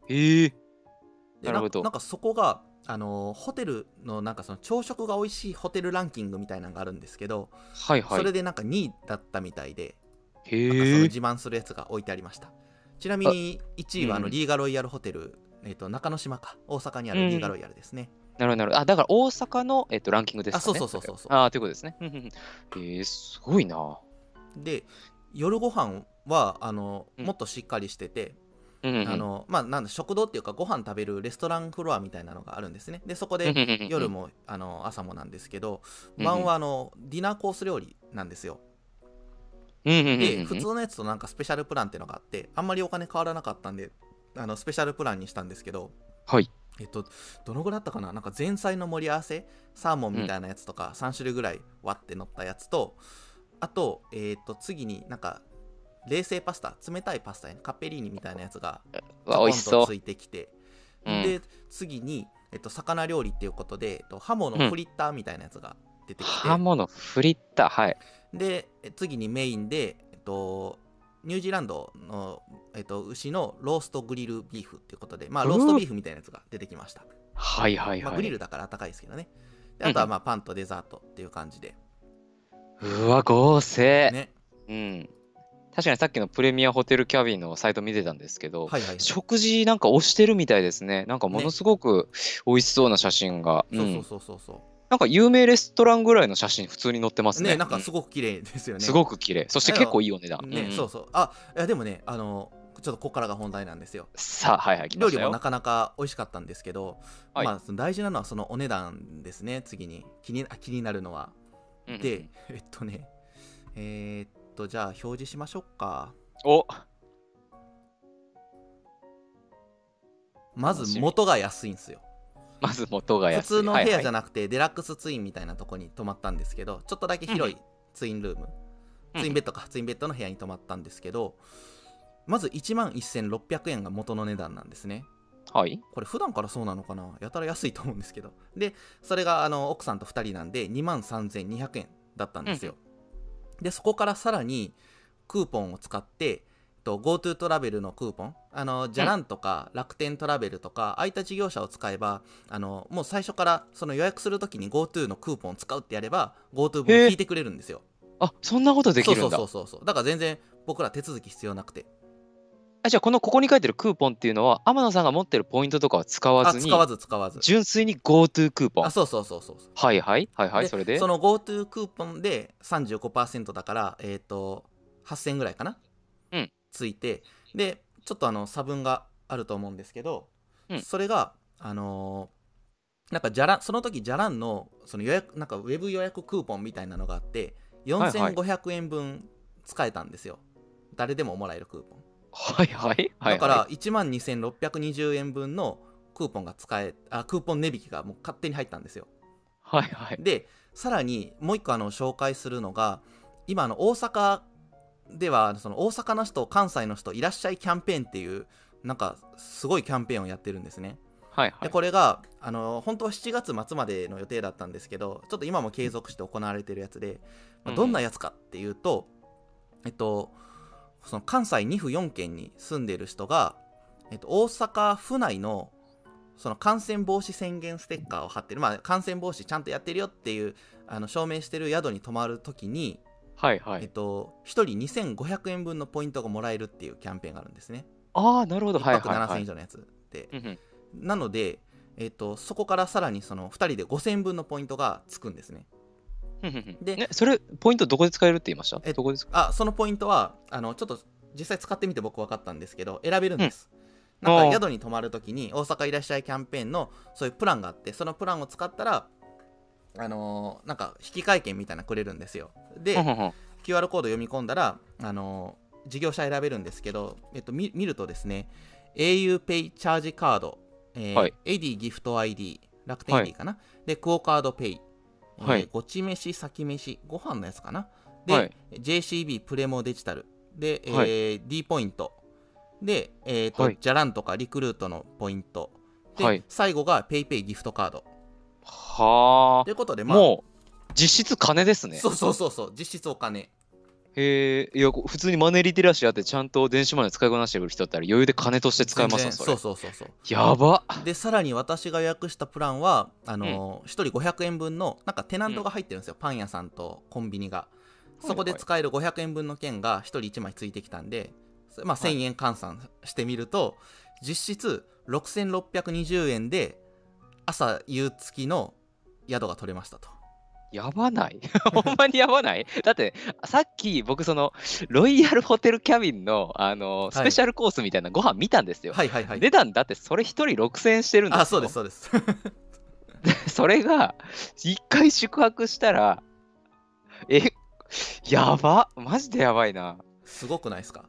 S3: へえ。
S2: で
S3: なるほど
S2: んかなんかそこがあのーホテルのなんかその朝食が美味しいホテルランキングみたいなのがあるんですけど、
S3: はいはい。
S2: それでなんか2位だったみたいでなんかその
S3: へえ。
S2: 自慢するやつが置いてありましたちなみに1位はあ
S3: うん
S2: の
S3: うん
S2: リーガロイヤルホテル、えっと中之島か大阪にあ
S3: う
S2: る
S3: ん
S2: リーガロイヤルですね、
S3: なるほどなるほど。あ、だから大阪の、えっとランキングですかね。
S2: あそうそうそうそうそう
S3: ああ、ということですね。うんうんうんへえ、すごいな。
S2: で夜ご飯はあの
S3: うん
S2: もっとしっかりしてて、
S3: うんうんうん
S2: あ、のまあ、なんだ食堂っていうかご飯食べるレストランフロアみたいなのがあるんですねでそこで夜
S3: も。
S2: もあの朝もなんですけど
S3: うん
S2: 晩はあのディナーコース料理なんですよ
S3: うんうんうんうん
S2: で普通のやつとなんかスペシャルプランっていうのがあってあんまりお金変わらなかったんであのスペシャルプランにしたんですけど、
S3: はい。
S2: えっと、どのぐらいだったかななんか前菜の盛り合わせサーモンみたいなやつとか3種類ぐらい割って乗ったやつと、あと,、えっと次になんか冷製パスタ冷たいパスタやねカッペリーニみたいなやつが
S3: うわ、美味しそ
S2: つ
S3: う。
S2: いてきて、
S3: うん
S2: で次に、えっと、魚料理っていうことで、えっと、ハモのフリッターみたいなやつが出てきて、
S3: ハモのフリッター、はい。
S2: でえ次にメインで、えっと、ニュージーランドの、えっと、牛のローストグリルビーフっていうことで、まあ、
S3: うん
S2: ローストビーフみたいなやつが出てきました、
S3: はいはい
S2: まあ、
S3: は
S2: グリ
S3: い
S2: ル。だから温かいですけどねで
S3: うん
S2: あとはまあパンとデザートっていう感じで、
S3: うわ、豪勢。
S2: ね、
S3: うん。確かにさっきのプレミアホテルキャビンのサイト見てたんですけど、
S2: はいはいそ
S3: 食事なんか押してるみたいですね。なんかものすごく美味しそうな写真が。
S2: う
S3: うん
S2: そうそうそうそ
S3: なんか有名レストランぐらいの写真普通に載ってま
S2: う
S3: す
S2: ね
S3: ね。
S2: なんか
S3: うん
S2: すごく綺麗ですよね
S3: すごく綺麗。そして結構いいお値段。
S2: ね
S3: んん
S2: そうそうあいやでもねあのちょっとここからが本題なんですよ
S3: さあ、はいはい、来ま
S2: 料
S3: し
S2: 理
S3: た
S2: も
S3: よ
S2: な。かなか美味しかったんですけど、
S3: はい
S2: まあ、その大事なのはそのお値段ですね次に気にあ気になるのは
S3: うんうん
S2: で、えっとね、えーっと、じゃあ表示しましょうか。
S3: お
S2: ま
S3: 楽し
S2: ず
S3: み
S2: 元が安いんですよ。
S3: まず元が
S2: 普
S3: 安い。
S2: 通の部屋じゃ
S3: な
S2: なくて、デラックスツインみたいなとこに泊まったんですけど、ちょっとだけ広いツインルーム、
S3: うん
S2: ツインベッドか、ツインベッドの部屋に泊まったんですけど、まず1万1600円が元の値段なんですね。
S3: はい。はい。
S2: これ普段からそうなのかなやたら安いと思うんですけど。で、それがあの奥さんと2人なんで2万3200円だったんですよ。で、そこからさらにクーポンを使って、と GoTo トラベルのクーポン、あの、じゃらんとか楽天トラベルとか、空いた事業者を使えば、あの、もう最初からその予約するときに GoTo のクーポンを使うってやれば、GoTo 分
S3: へー
S2: 聞いてくれるんですよ。
S3: あそんなことできるんだ。
S2: そうそうそうそう。だから全然僕ら手続き必要なくて。
S3: あじゃあ、このここに書いてるクーポンっていうのは、天野さんが持ってるポイントとかは使わ
S2: あ、
S3: ずに、
S2: 使わず使わず。
S3: 純粋に GoTo クーポン
S2: あ、。そうそうそうそうそう。
S3: はいはい、はいはい、
S2: で
S3: それで。
S2: その GoTo クーポンで35%だから、えっ、と、8000ぐらいかな
S3: うん
S2: ついて、で、ちょっとあの、差分があると思うんですけど、
S3: うん
S2: それが、あのーなんか、じゃらん、その時、じゃらんの、その予約、なんか、ウェブ予約クーポンみたいなのがあって、
S3: はいはい
S2: 4500円分使えたんですよ。誰でももらえるクーポン。
S3: はいはい、はい。
S2: だから、、12,620円分のクーポンが使え、あ、クーポン値引きがもう勝手に入ったんですよ。
S3: はいはい。
S2: でさらにもう一個あの紹介するのが今あの大阪ではその大阪の人関西の人いらっしゃいキャンペーンっていうなんかすごいキャンペーンをやってるんですね
S3: はいは
S2: で
S3: い。
S2: これがあの本当は7月末までの予定だったんですけどちょっと今も継続して行われてるやつで、まあ
S3: うん
S2: どんなやつかっていうと、えっとその関西2府4県に住んでる人が、えっと、大阪府内のその感染防止宣言ステッカーを貼ってる、まあ、感染防止ちゃんとやってるよっていうあの証明してる宿に泊まるときに、
S3: はいは
S2: えっ
S3: い。
S2: と、1人2500円分のポイントがもらえるっていうキャンペーンがあるんですね。
S3: ああ、なるほど、
S2: 1
S3: はい
S2: 泊
S3: はい、は
S2: 7000以
S3: い。
S2: 上のやつで、
S3: うんうん
S2: なので、えっとそこからさらにその2人で5000分のポイントがつくんですね。
S3: うんうんうん
S2: で
S3: ね、それ、ポイントどこで使えるって言いました
S2: え
S3: どこで使
S2: あそのポイントはあのちょっと実際使ってみて僕分かったんですけど選べるんです。
S3: うん
S2: なん
S3: お
S2: か
S3: ー
S2: 宿に泊まるときに大阪いらっしゃいキャンペーンのそういうプランがあってそのプランを使ったらあのーなんか引き換え券みたいなのくれるんですよ。で、
S3: うんうんうん
S2: QR コード読み込んだら、あのー事業者選べるんですけど、えっと、見見るとですね auPay チャージカード、えー
S3: はい
S2: AD ギフト ID 楽天 ID かな、でクオ・カード Pay、えー
S3: はい
S2: ごち飯先飯ご飯のやつかなで、
S3: はい
S2: JCB プレモデジタルで、えー
S3: は
S2: D ポイントで、えーと
S3: はい
S2: じゃらんとかリクルートのポイントで、
S3: はい
S2: 最後が PayPay ギフトカード
S3: は
S2: ということで、
S3: あ、
S2: まあ、
S3: もう、実質金ですね。
S2: そうそうそうそう実質お金
S3: へえ、いや、こ普通にマネーリテラシーあって、ちゃんと電子マネー使いこなしてる人だったら余裕で金として使えます
S2: 全然
S3: ね、そ
S2: そ
S3: れ
S2: う。そうそうそう
S3: やば
S2: でさらに私が予約したプランはあのー一人500円分のなんかテナントが入ってるんですよ、パン屋さんとコンビニが
S3: い
S2: そこで使える500円分の券が一人1枚ついてきたんで、それまあ、
S3: はい
S2: 1000円換算してみると、実質6620円で朝夕付きの宿が取れましたと
S3: やばない <laughs> ほんまにやばないだってさっき僕そのロイヤルホテルキャビンのあの
S2: い
S3: スペシャルコースみたいなご飯見たんですよ、
S2: はいはいはい
S3: 値段だってそれ1人6000円してるんですよ
S2: あそうですそうです <laughs>
S3: それが1回宿泊したらえやばマジでやばいな
S2: すごくないですか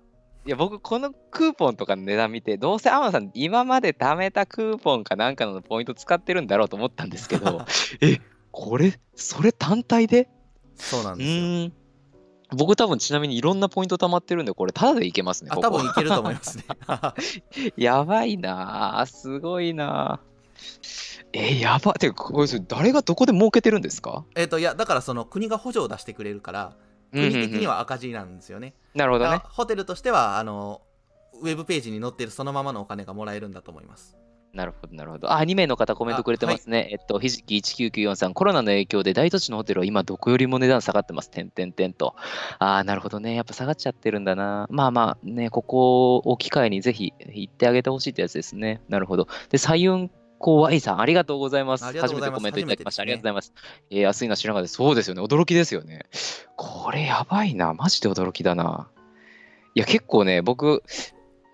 S3: いや、僕、このクーポンとかの値段見て、どうせ天野さん、今まで貯めたクーポンかなんかのポイント使ってるんだろうと思ったんですけ <laughs> ど、え、これ、それ単体で
S2: そうなん
S3: う
S2: ですよ
S3: ーん。僕多分ちなみにいろんなポイント貯まってるんで、これタダでいけますね。
S2: あ
S3: こ
S2: 多
S3: こ
S2: 分いけると思います
S3: <laughs>
S2: ね
S3: やばいなあすごいなあえやばってかこれそれ誰がどこで儲けてるんですか
S2: えっといやだからその国が補助を出してくれるから
S3: うんうん
S2: 国
S3: うん
S2: 的には赤字なんですよね、
S3: なるほど
S2: だ
S3: ね
S2: から。ホテルとしてはあのウェブページに載ってるそのままのお金がもらえるんだと思います
S3: なるほど、なるほど。あ、2名の方コメントくれてますね。えっと、ひじき1994さん、コロナの影響で大都市のホテルは今どこよりも値段下がってます。てんてんてんと。あーなるほどね。やっぱ下がっちゃってるんだな。まあまあね、ここを機会にぜひ行ってあげてほしいってやつですね。なるほど。で、彩雲公 Y さん、ありがとうございます。
S2: ありがと
S3: 初
S2: う
S3: め
S2: ございま
S3: てコ
S2: す
S3: メントいただきました。
S2: 初
S3: あり
S2: め
S3: が
S2: てですね
S3: とうございます。えー、安いな知らなかったですそうですよね。驚きですよね。これやばいな。マジで驚きだな。いや、結構ね、僕、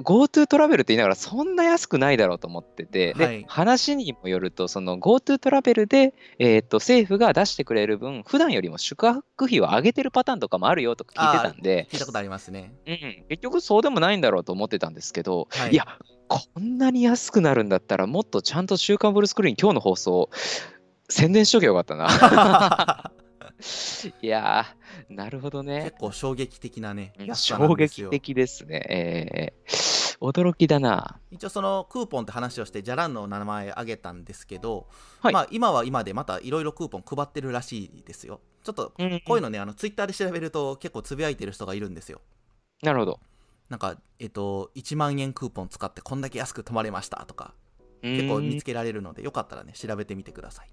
S3: GoTo トラベルって言いながら、そんな安くないだろうと思ってて、で
S2: はい
S3: 話にもよると、その GoTo トラベルで、えーっと政府が出してくれる分、普段よりも宿泊費を上げてるパターンとかもあるよとか聞いてたんで、
S2: 聞いたことありますね
S3: うん、結局そうでもないんだろうと思ってたんですけど、
S2: はい <laughs>
S3: い、や、こんなに安くなるんだったら、もっとちゃんと週刊ブルースクリーン、今日の放送、宣伝しときゃよかったな。 <laughs> いやー、なるほどね。
S2: 結構衝撃的なね安さな
S3: 衝
S2: んです
S3: 撃
S2: よ
S3: 的ですね。えー驚きだな。
S2: 一応そのクーポンって話をしてじゃらんの名前あげたんですけど、
S3: はい
S2: まあ今は今でまたいろいろクーポン配ってるらしいですよちょっと
S3: うん
S2: こういうのね、あのツイッターで調べると結構つぶやいてる人がいるんですよ
S3: なるほど。
S2: なんかえっと1万円クーポン使ってこんだけ安く泊まれましたとか
S3: 結
S2: 結構見つけられるのでよかったらね調べてみてください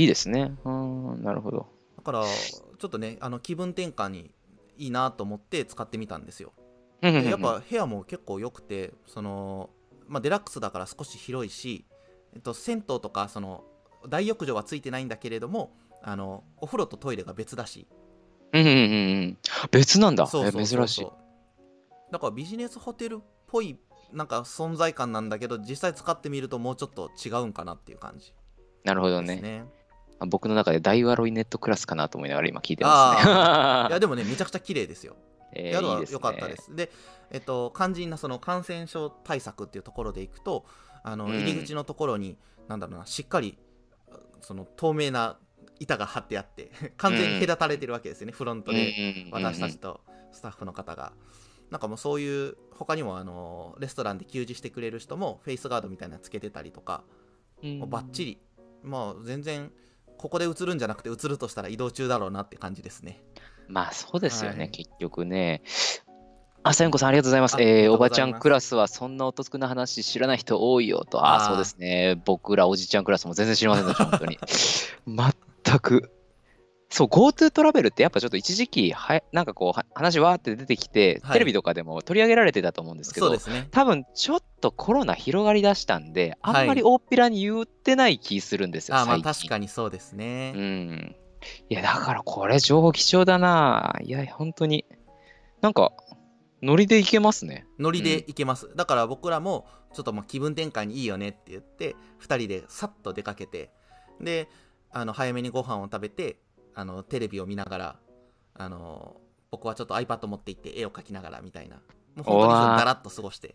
S3: いいですね。うん、なるほど。
S2: だからちょっとねあの気分転換にいいなと思って使ってみたんですよ
S3: うんうんう
S2: で
S3: ん
S2: やっぱ部屋も結構良くてその、まあ、デラックスだから少し広いし、えっと、銭湯とかその大浴場はついてないんだけれどもあのお風呂とトイレが別だし
S3: うんうんうんうん。別なんだ。
S2: そうそうそうそう
S3: え珍しい。
S2: だからビジネスホテルっぽいなんか存在感なんだけど実際使ってみるともうちょっと違うんかなっていう感じ
S3: なるほど
S2: です
S3: ね。
S2: ね
S3: あ僕の中で大ワロイネットクラスかなと思いながら今聞いてま
S2: い
S3: す
S2: や
S3: ね。
S2: でもねめちゃくちゃ綺麗ですよ
S3: <laughs> えー
S2: 宿
S3: いい
S2: は
S3: ですね
S2: 良かったです。で、えっと、肝心なその感染症対策っていうところでいくと、あの
S3: うん
S2: 入り口のところに、なんだろうな、しっかりその透明な板が張ってあって、 <laughs> 完全に隔たれてるわけですよね、フロント
S3: うんうん
S2: で
S3: うんうん
S2: 私たちとスタッフの方が。なんかもうそういう、他にもあのレストランで給仕してくれる人も、フェイスガードみたいなのつけてたりとか、
S3: うん
S2: もうバッチリ、まあ全然、ここで映るんじゃなくて、映るとしたら移動中だろうなって感じですね。
S3: まあそうですよね、
S2: はい
S3: 結局ね。あさやんこさんありがとうございます。
S2: ああり
S3: え
S2: が
S3: ー
S2: と
S3: お
S2: うご
S3: ば
S2: ざ
S3: ち
S2: います
S3: ゃんクラスはそんなおとつくな話知らない人多いよと。ああ、
S2: あー
S3: そうですね。僕らおじちゃんクラスも全然知りませんで
S2: <laughs>
S3: した、本当に。全く。そう、GoTo トラベルってやっぱちょっと一時期は、なんかこうは、話わーって出てきて、
S2: はい
S3: テレビとかでも取り上げられてたと思うんですけ
S2: そう
S3: ど
S2: で、すね。
S3: 多分ちょっとコロナ広がりだしたんで、あんまり大っぴらに言ってない気するんですよ、
S2: あーまあ
S3: <laughs> 最近
S2: 確かにそうですね。
S3: うん。いや、だからこれ、情報貴重だな。いや、本当に。なんか、ノリでいけますね。
S2: ノリで行けます、だから僕らもちょっとまあ気分転換にいいよねって言って2人でさっと出かけてであの早めにご飯を食べてあのテレビを見ながらあの僕はちょっと iPad 持って行って絵を描きながらみたいなもう本当に
S3: うわー
S2: だらっと過ごして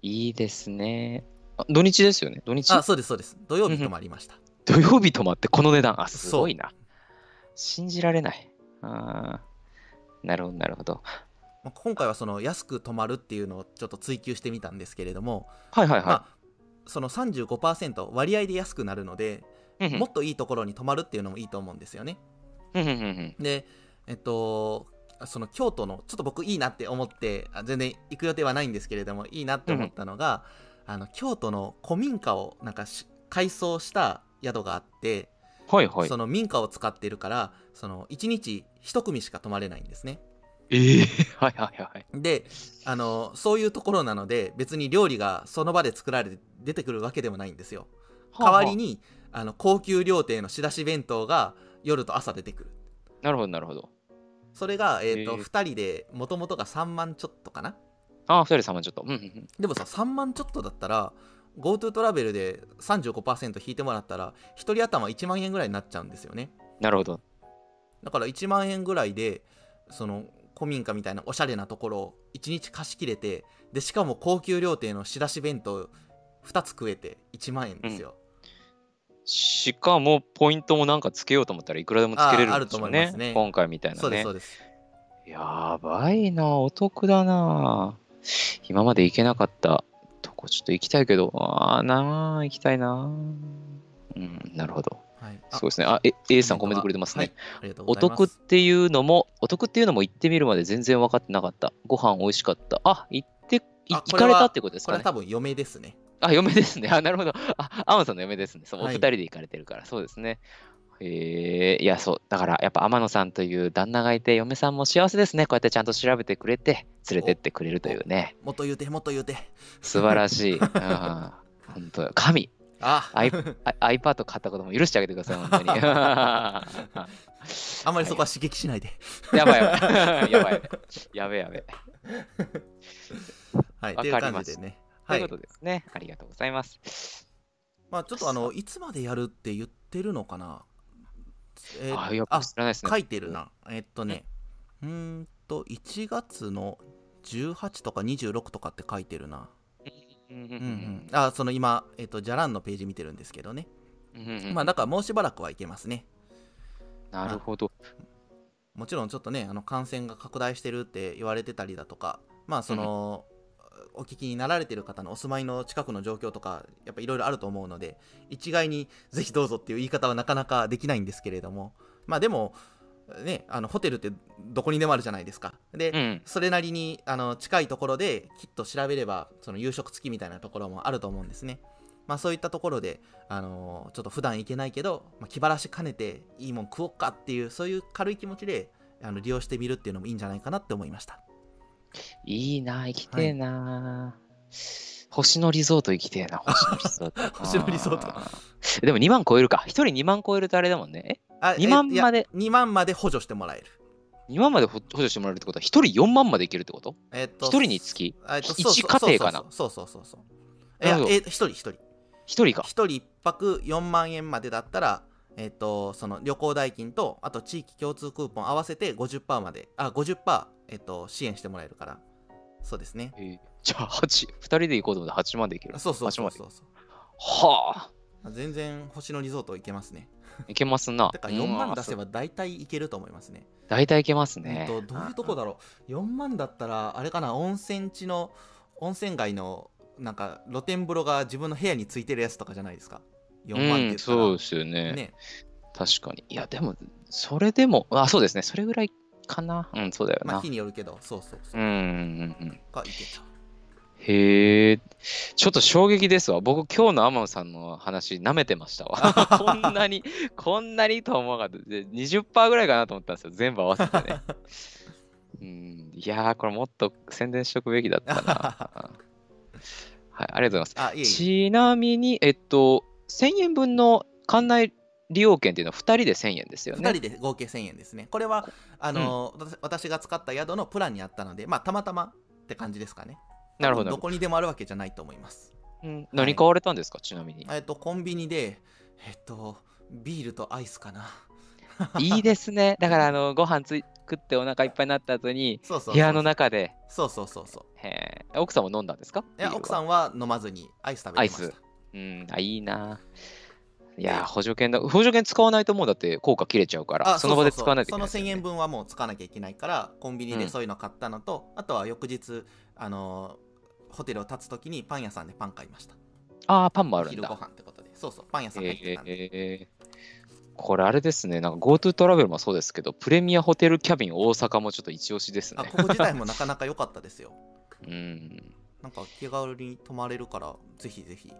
S3: いいですね。あ土日ですよね。土日
S2: あそうですそうです土曜日ともありました
S3: 土曜日泊まってこの値段。あ、
S2: そう
S3: すごいな。信じられない。あーなるほど、なるほど。
S2: まあ今回はその安く泊まるっていうのをちょっと追求してみたんですけれども、
S3: はいはいは
S2: まあその35%割合で安くなるので
S3: い。うん
S2: もっといいところに泊まるっていうのもいいと思うんですよね
S3: うんうんうんうん
S2: でえっとその京都のちょっと僕いいなって思ってあ全然行く予定はないんですけれどもいいなって思ったのが、あの京都の古民家をなんかし改装した宿があって、
S3: はいはい
S2: そ。の民家を使ってるからその1日1組しか泊まれないんですね
S3: ええ <laughs> はいはいはい。
S2: であのそういうところなので別に料理がその場で作られて出てくるわけでもないんですよ代わり
S3: に。
S2: にあの高級料亭の仕出し弁当が夜と朝出てくる
S3: なるほど、なるほど。
S2: それが、えーと
S3: へー
S2: 2人でもともとが3万ちょっとかな
S3: ああ、二人様ちょっと。うんうんうん。
S2: でもさ3万ちょっとだったら GoTo トラベルで35%引いてもらったら1人頭1万円ぐらいになっちゃうんですよね
S3: なるほど。
S2: だから1万円ぐらいでその古民家みたいなおしゃれなところを1日貸し切れてでしかも高級料亭の仕出し弁当2つ食えて1万円ですよ、
S3: しかも、ポイントもなんかつけようと思ったらいくらでもつけれるんです
S2: あ
S3: よ
S2: ーあると思い
S3: ね。
S2: ますね
S3: 今回みたいなね。
S2: そうですそうです
S3: やばいな、お得だな。今まで行けなかったとこちょっと行きたいけど、ああなあ、行きたいな。うん、なるほど。
S2: はいあ
S3: そうですね。あ、え A さんコ
S2: コメ
S3: メ
S2: ン
S3: ン
S2: トが
S3: トくれてますね。
S2: はいありがとうご
S3: お
S2: ざいます
S3: 得っていうのも、お得っていうのも行ってみるまで全然分かってなかった。ご飯美味しかった。あ、行って、い
S2: あ
S3: 行
S2: これ
S3: か
S2: は
S3: れたってことです
S2: これは
S3: かね。
S2: 多分嫁ですね
S3: あ、嫁ですね。あ、なるほど。あ、アマンさんの嫁ですね。そう、お
S2: はい
S3: 二人で行かれてるから、そうですね。へえ、いや、そう、だから、やっぱ天野さんという旦那がいて、嫁さんも幸せですね。こうやってちゃんと調べてくれて、連れてってくれるというね。
S2: もっと言うてもっと言うて
S3: 素晴ら
S2: <laughs>
S3: しい。うん本当よ神
S2: あ
S3: アイあ iPad 買ったことも許してあげてください、本当
S2: <laughs>
S3: に。 <laughs>
S2: あんまりそこは刺激しないで
S3: やばいやばい。 <laughs> やばい。やべやべ。
S2: はい
S3: わ
S2: っ
S3: か
S2: て
S3: り
S2: い
S3: ま
S2: う
S3: した
S2: 感じでね
S3: と
S2: はいいう
S3: ことですね。ありがとうございます。
S2: まあちょっとあのいつまでやるって言ってるのかなえー
S3: あ、やっぱ知らないですね。
S2: 書いてるな。えっとね、うーんと、1月の18とか26とかって書いてるな。
S3: うんうんう
S2: うんんうん。あ、その今、えっと、じゃらんのページ見てるんですけどね。
S3: うんうんうん
S2: まあ、だからもうしばらくはいけますね。
S3: なるほど。
S2: もちろんちょっとね、あの感染が拡大してるって言われてたりだとか、まあ、その、お聞きになられてる方のお住まいの近くの状況とか、やっぱいろいろあると思うので、一概にぜひどうぞっていう言い方はなかなかできないんですけれども、まあでも、ね、あのホテルってどこにでもあるじゃないですか。で、
S3: うん。
S2: それなりにあの近いところできっと調べればその夕食付きみたいなところもあると思うんですね。まあそういったところで、あのーちょっと普段行けないけど、まあ、気晴らし兼ねていいもん食おっかっていうそういう軽い気持ちであの利用してみるっていうのもいいんじゃないかなって思いました。
S3: いいな、行きてえな。星野リゾート行き
S2: <laughs>
S3: てえな、星野リゾート。
S2: 星野リゾート
S3: あー。でも2万超えるか。1人2万超えるとあれだもんね。
S2: あ
S3: え2万ま
S2: で
S3: で、
S2: 2万まで補助してもらえる。
S3: 2万までほ補助してもらえるってことは、1人4万までいけるってこと
S2: えっと
S3: ?1 人につき
S2: えっと
S3: 一
S2: そうそう
S3: 家庭かな
S2: そうそうそうそうそうそう。い
S3: な
S2: や
S3: るほど
S2: えっと、1人1人。
S3: ?1 人か
S2: 1。人1泊4万円までだったら、えっとその旅行代金とあと地域共通クーポン合わせて50%まであ50%、えっと支援してもらえるからそうですね
S3: えーじゃあ8、2人で行こうと思って8万で行ける。
S2: そうそう
S3: 8
S2: そ
S3: 万
S2: う
S3: で
S2: そうそう
S3: は
S2: 全然星野リゾート行けますね
S3: あ、いけま
S2: <laughs>
S3: すな。
S2: だから4
S3: う
S2: 万
S3: ん
S2: 出せば大体行けると思いますね、
S3: 大体いけますね。
S2: えっとどういうとこだろう4万だったらあれかな温泉地の温泉街のなんか露天風呂が自分の部屋についてるやつとかじゃないですか4万って
S3: う
S2: 言った
S3: ん、
S2: ら、
S3: そうですよね
S2: ね
S3: 確かに。いや、でも、それでも、あ、そうですね。それぐらいかな。うん、そうだよな。
S2: まあ日によるけどそうそう
S3: う
S2: そ
S3: ん
S2: う、
S3: うんうんうん。
S2: が行けちゃう
S3: へえ、ちょっと衝撃ですわ。僕、今日の天野さんの話、舐めてました
S2: <laughs>
S3: わ。こんなに、こんなにとは思わなかった。で20%ぐらいかなと思ったんですよ。全部合わせて
S2: <laughs>
S3: ね。うん、いやー、これもっと宣伝しとくべきだったな。
S2: <laughs>
S3: はい、ありがとうございます。
S2: あいえいえ
S3: ちなみに、えっと、1000円分の館内利用券っていうのは2人で1000円ですよね。
S2: 2人で合計1000円ですね。これはあの、私私が使った宿のプランにあったので、まあ、たまたまって感じですかね。
S3: なるほど。
S2: どこにでもあるわけじゃないと思います。
S3: うん何買われたんですか、ちなみに。
S2: えっと、コンビニで、えっと、ビールとアイスかな。
S3: いいですね。だから、あの、ご飯つい食ってお腹いっぱいになった後に、
S2: そうそうそう
S3: 部屋の中で、
S2: そうそうそうそう。
S3: へー奥さんも飲んだんですか
S2: いや、奥さ
S3: ん。
S2: んは飲まずにアイス食べてました。
S3: うん、あ、いいな。いやー、補助券だ。補助券使わないともうだって効果切れちゃうから、その場で使わないといけ
S2: そ
S3: な
S2: の
S3: いですよ
S2: 1000
S3: ね、
S2: 円分はもう使わなきゃいけないから、コンビニ
S3: う
S2: で
S3: ん
S2: そういうの買ったのと、あとは翌日、あのホテルを立つときにパン屋さんでパン買いました。
S3: ああ、パンもあるん
S2: 昼ご
S3: だ。
S2: 飯ってことで。そうそう、パン屋さん入ってたんで。
S3: えーこれあれですね、なんか GoTo トラベルもそうですけど、プレミアホテルキャビン大阪もちょっと一押しです
S2: あ
S3: ね。
S2: ここ自体もなかなか良かったですよ。
S3: <laughs>
S2: <laughs>
S3: うん、
S2: なんか気軽に泊まれるから、ぜひぜひ。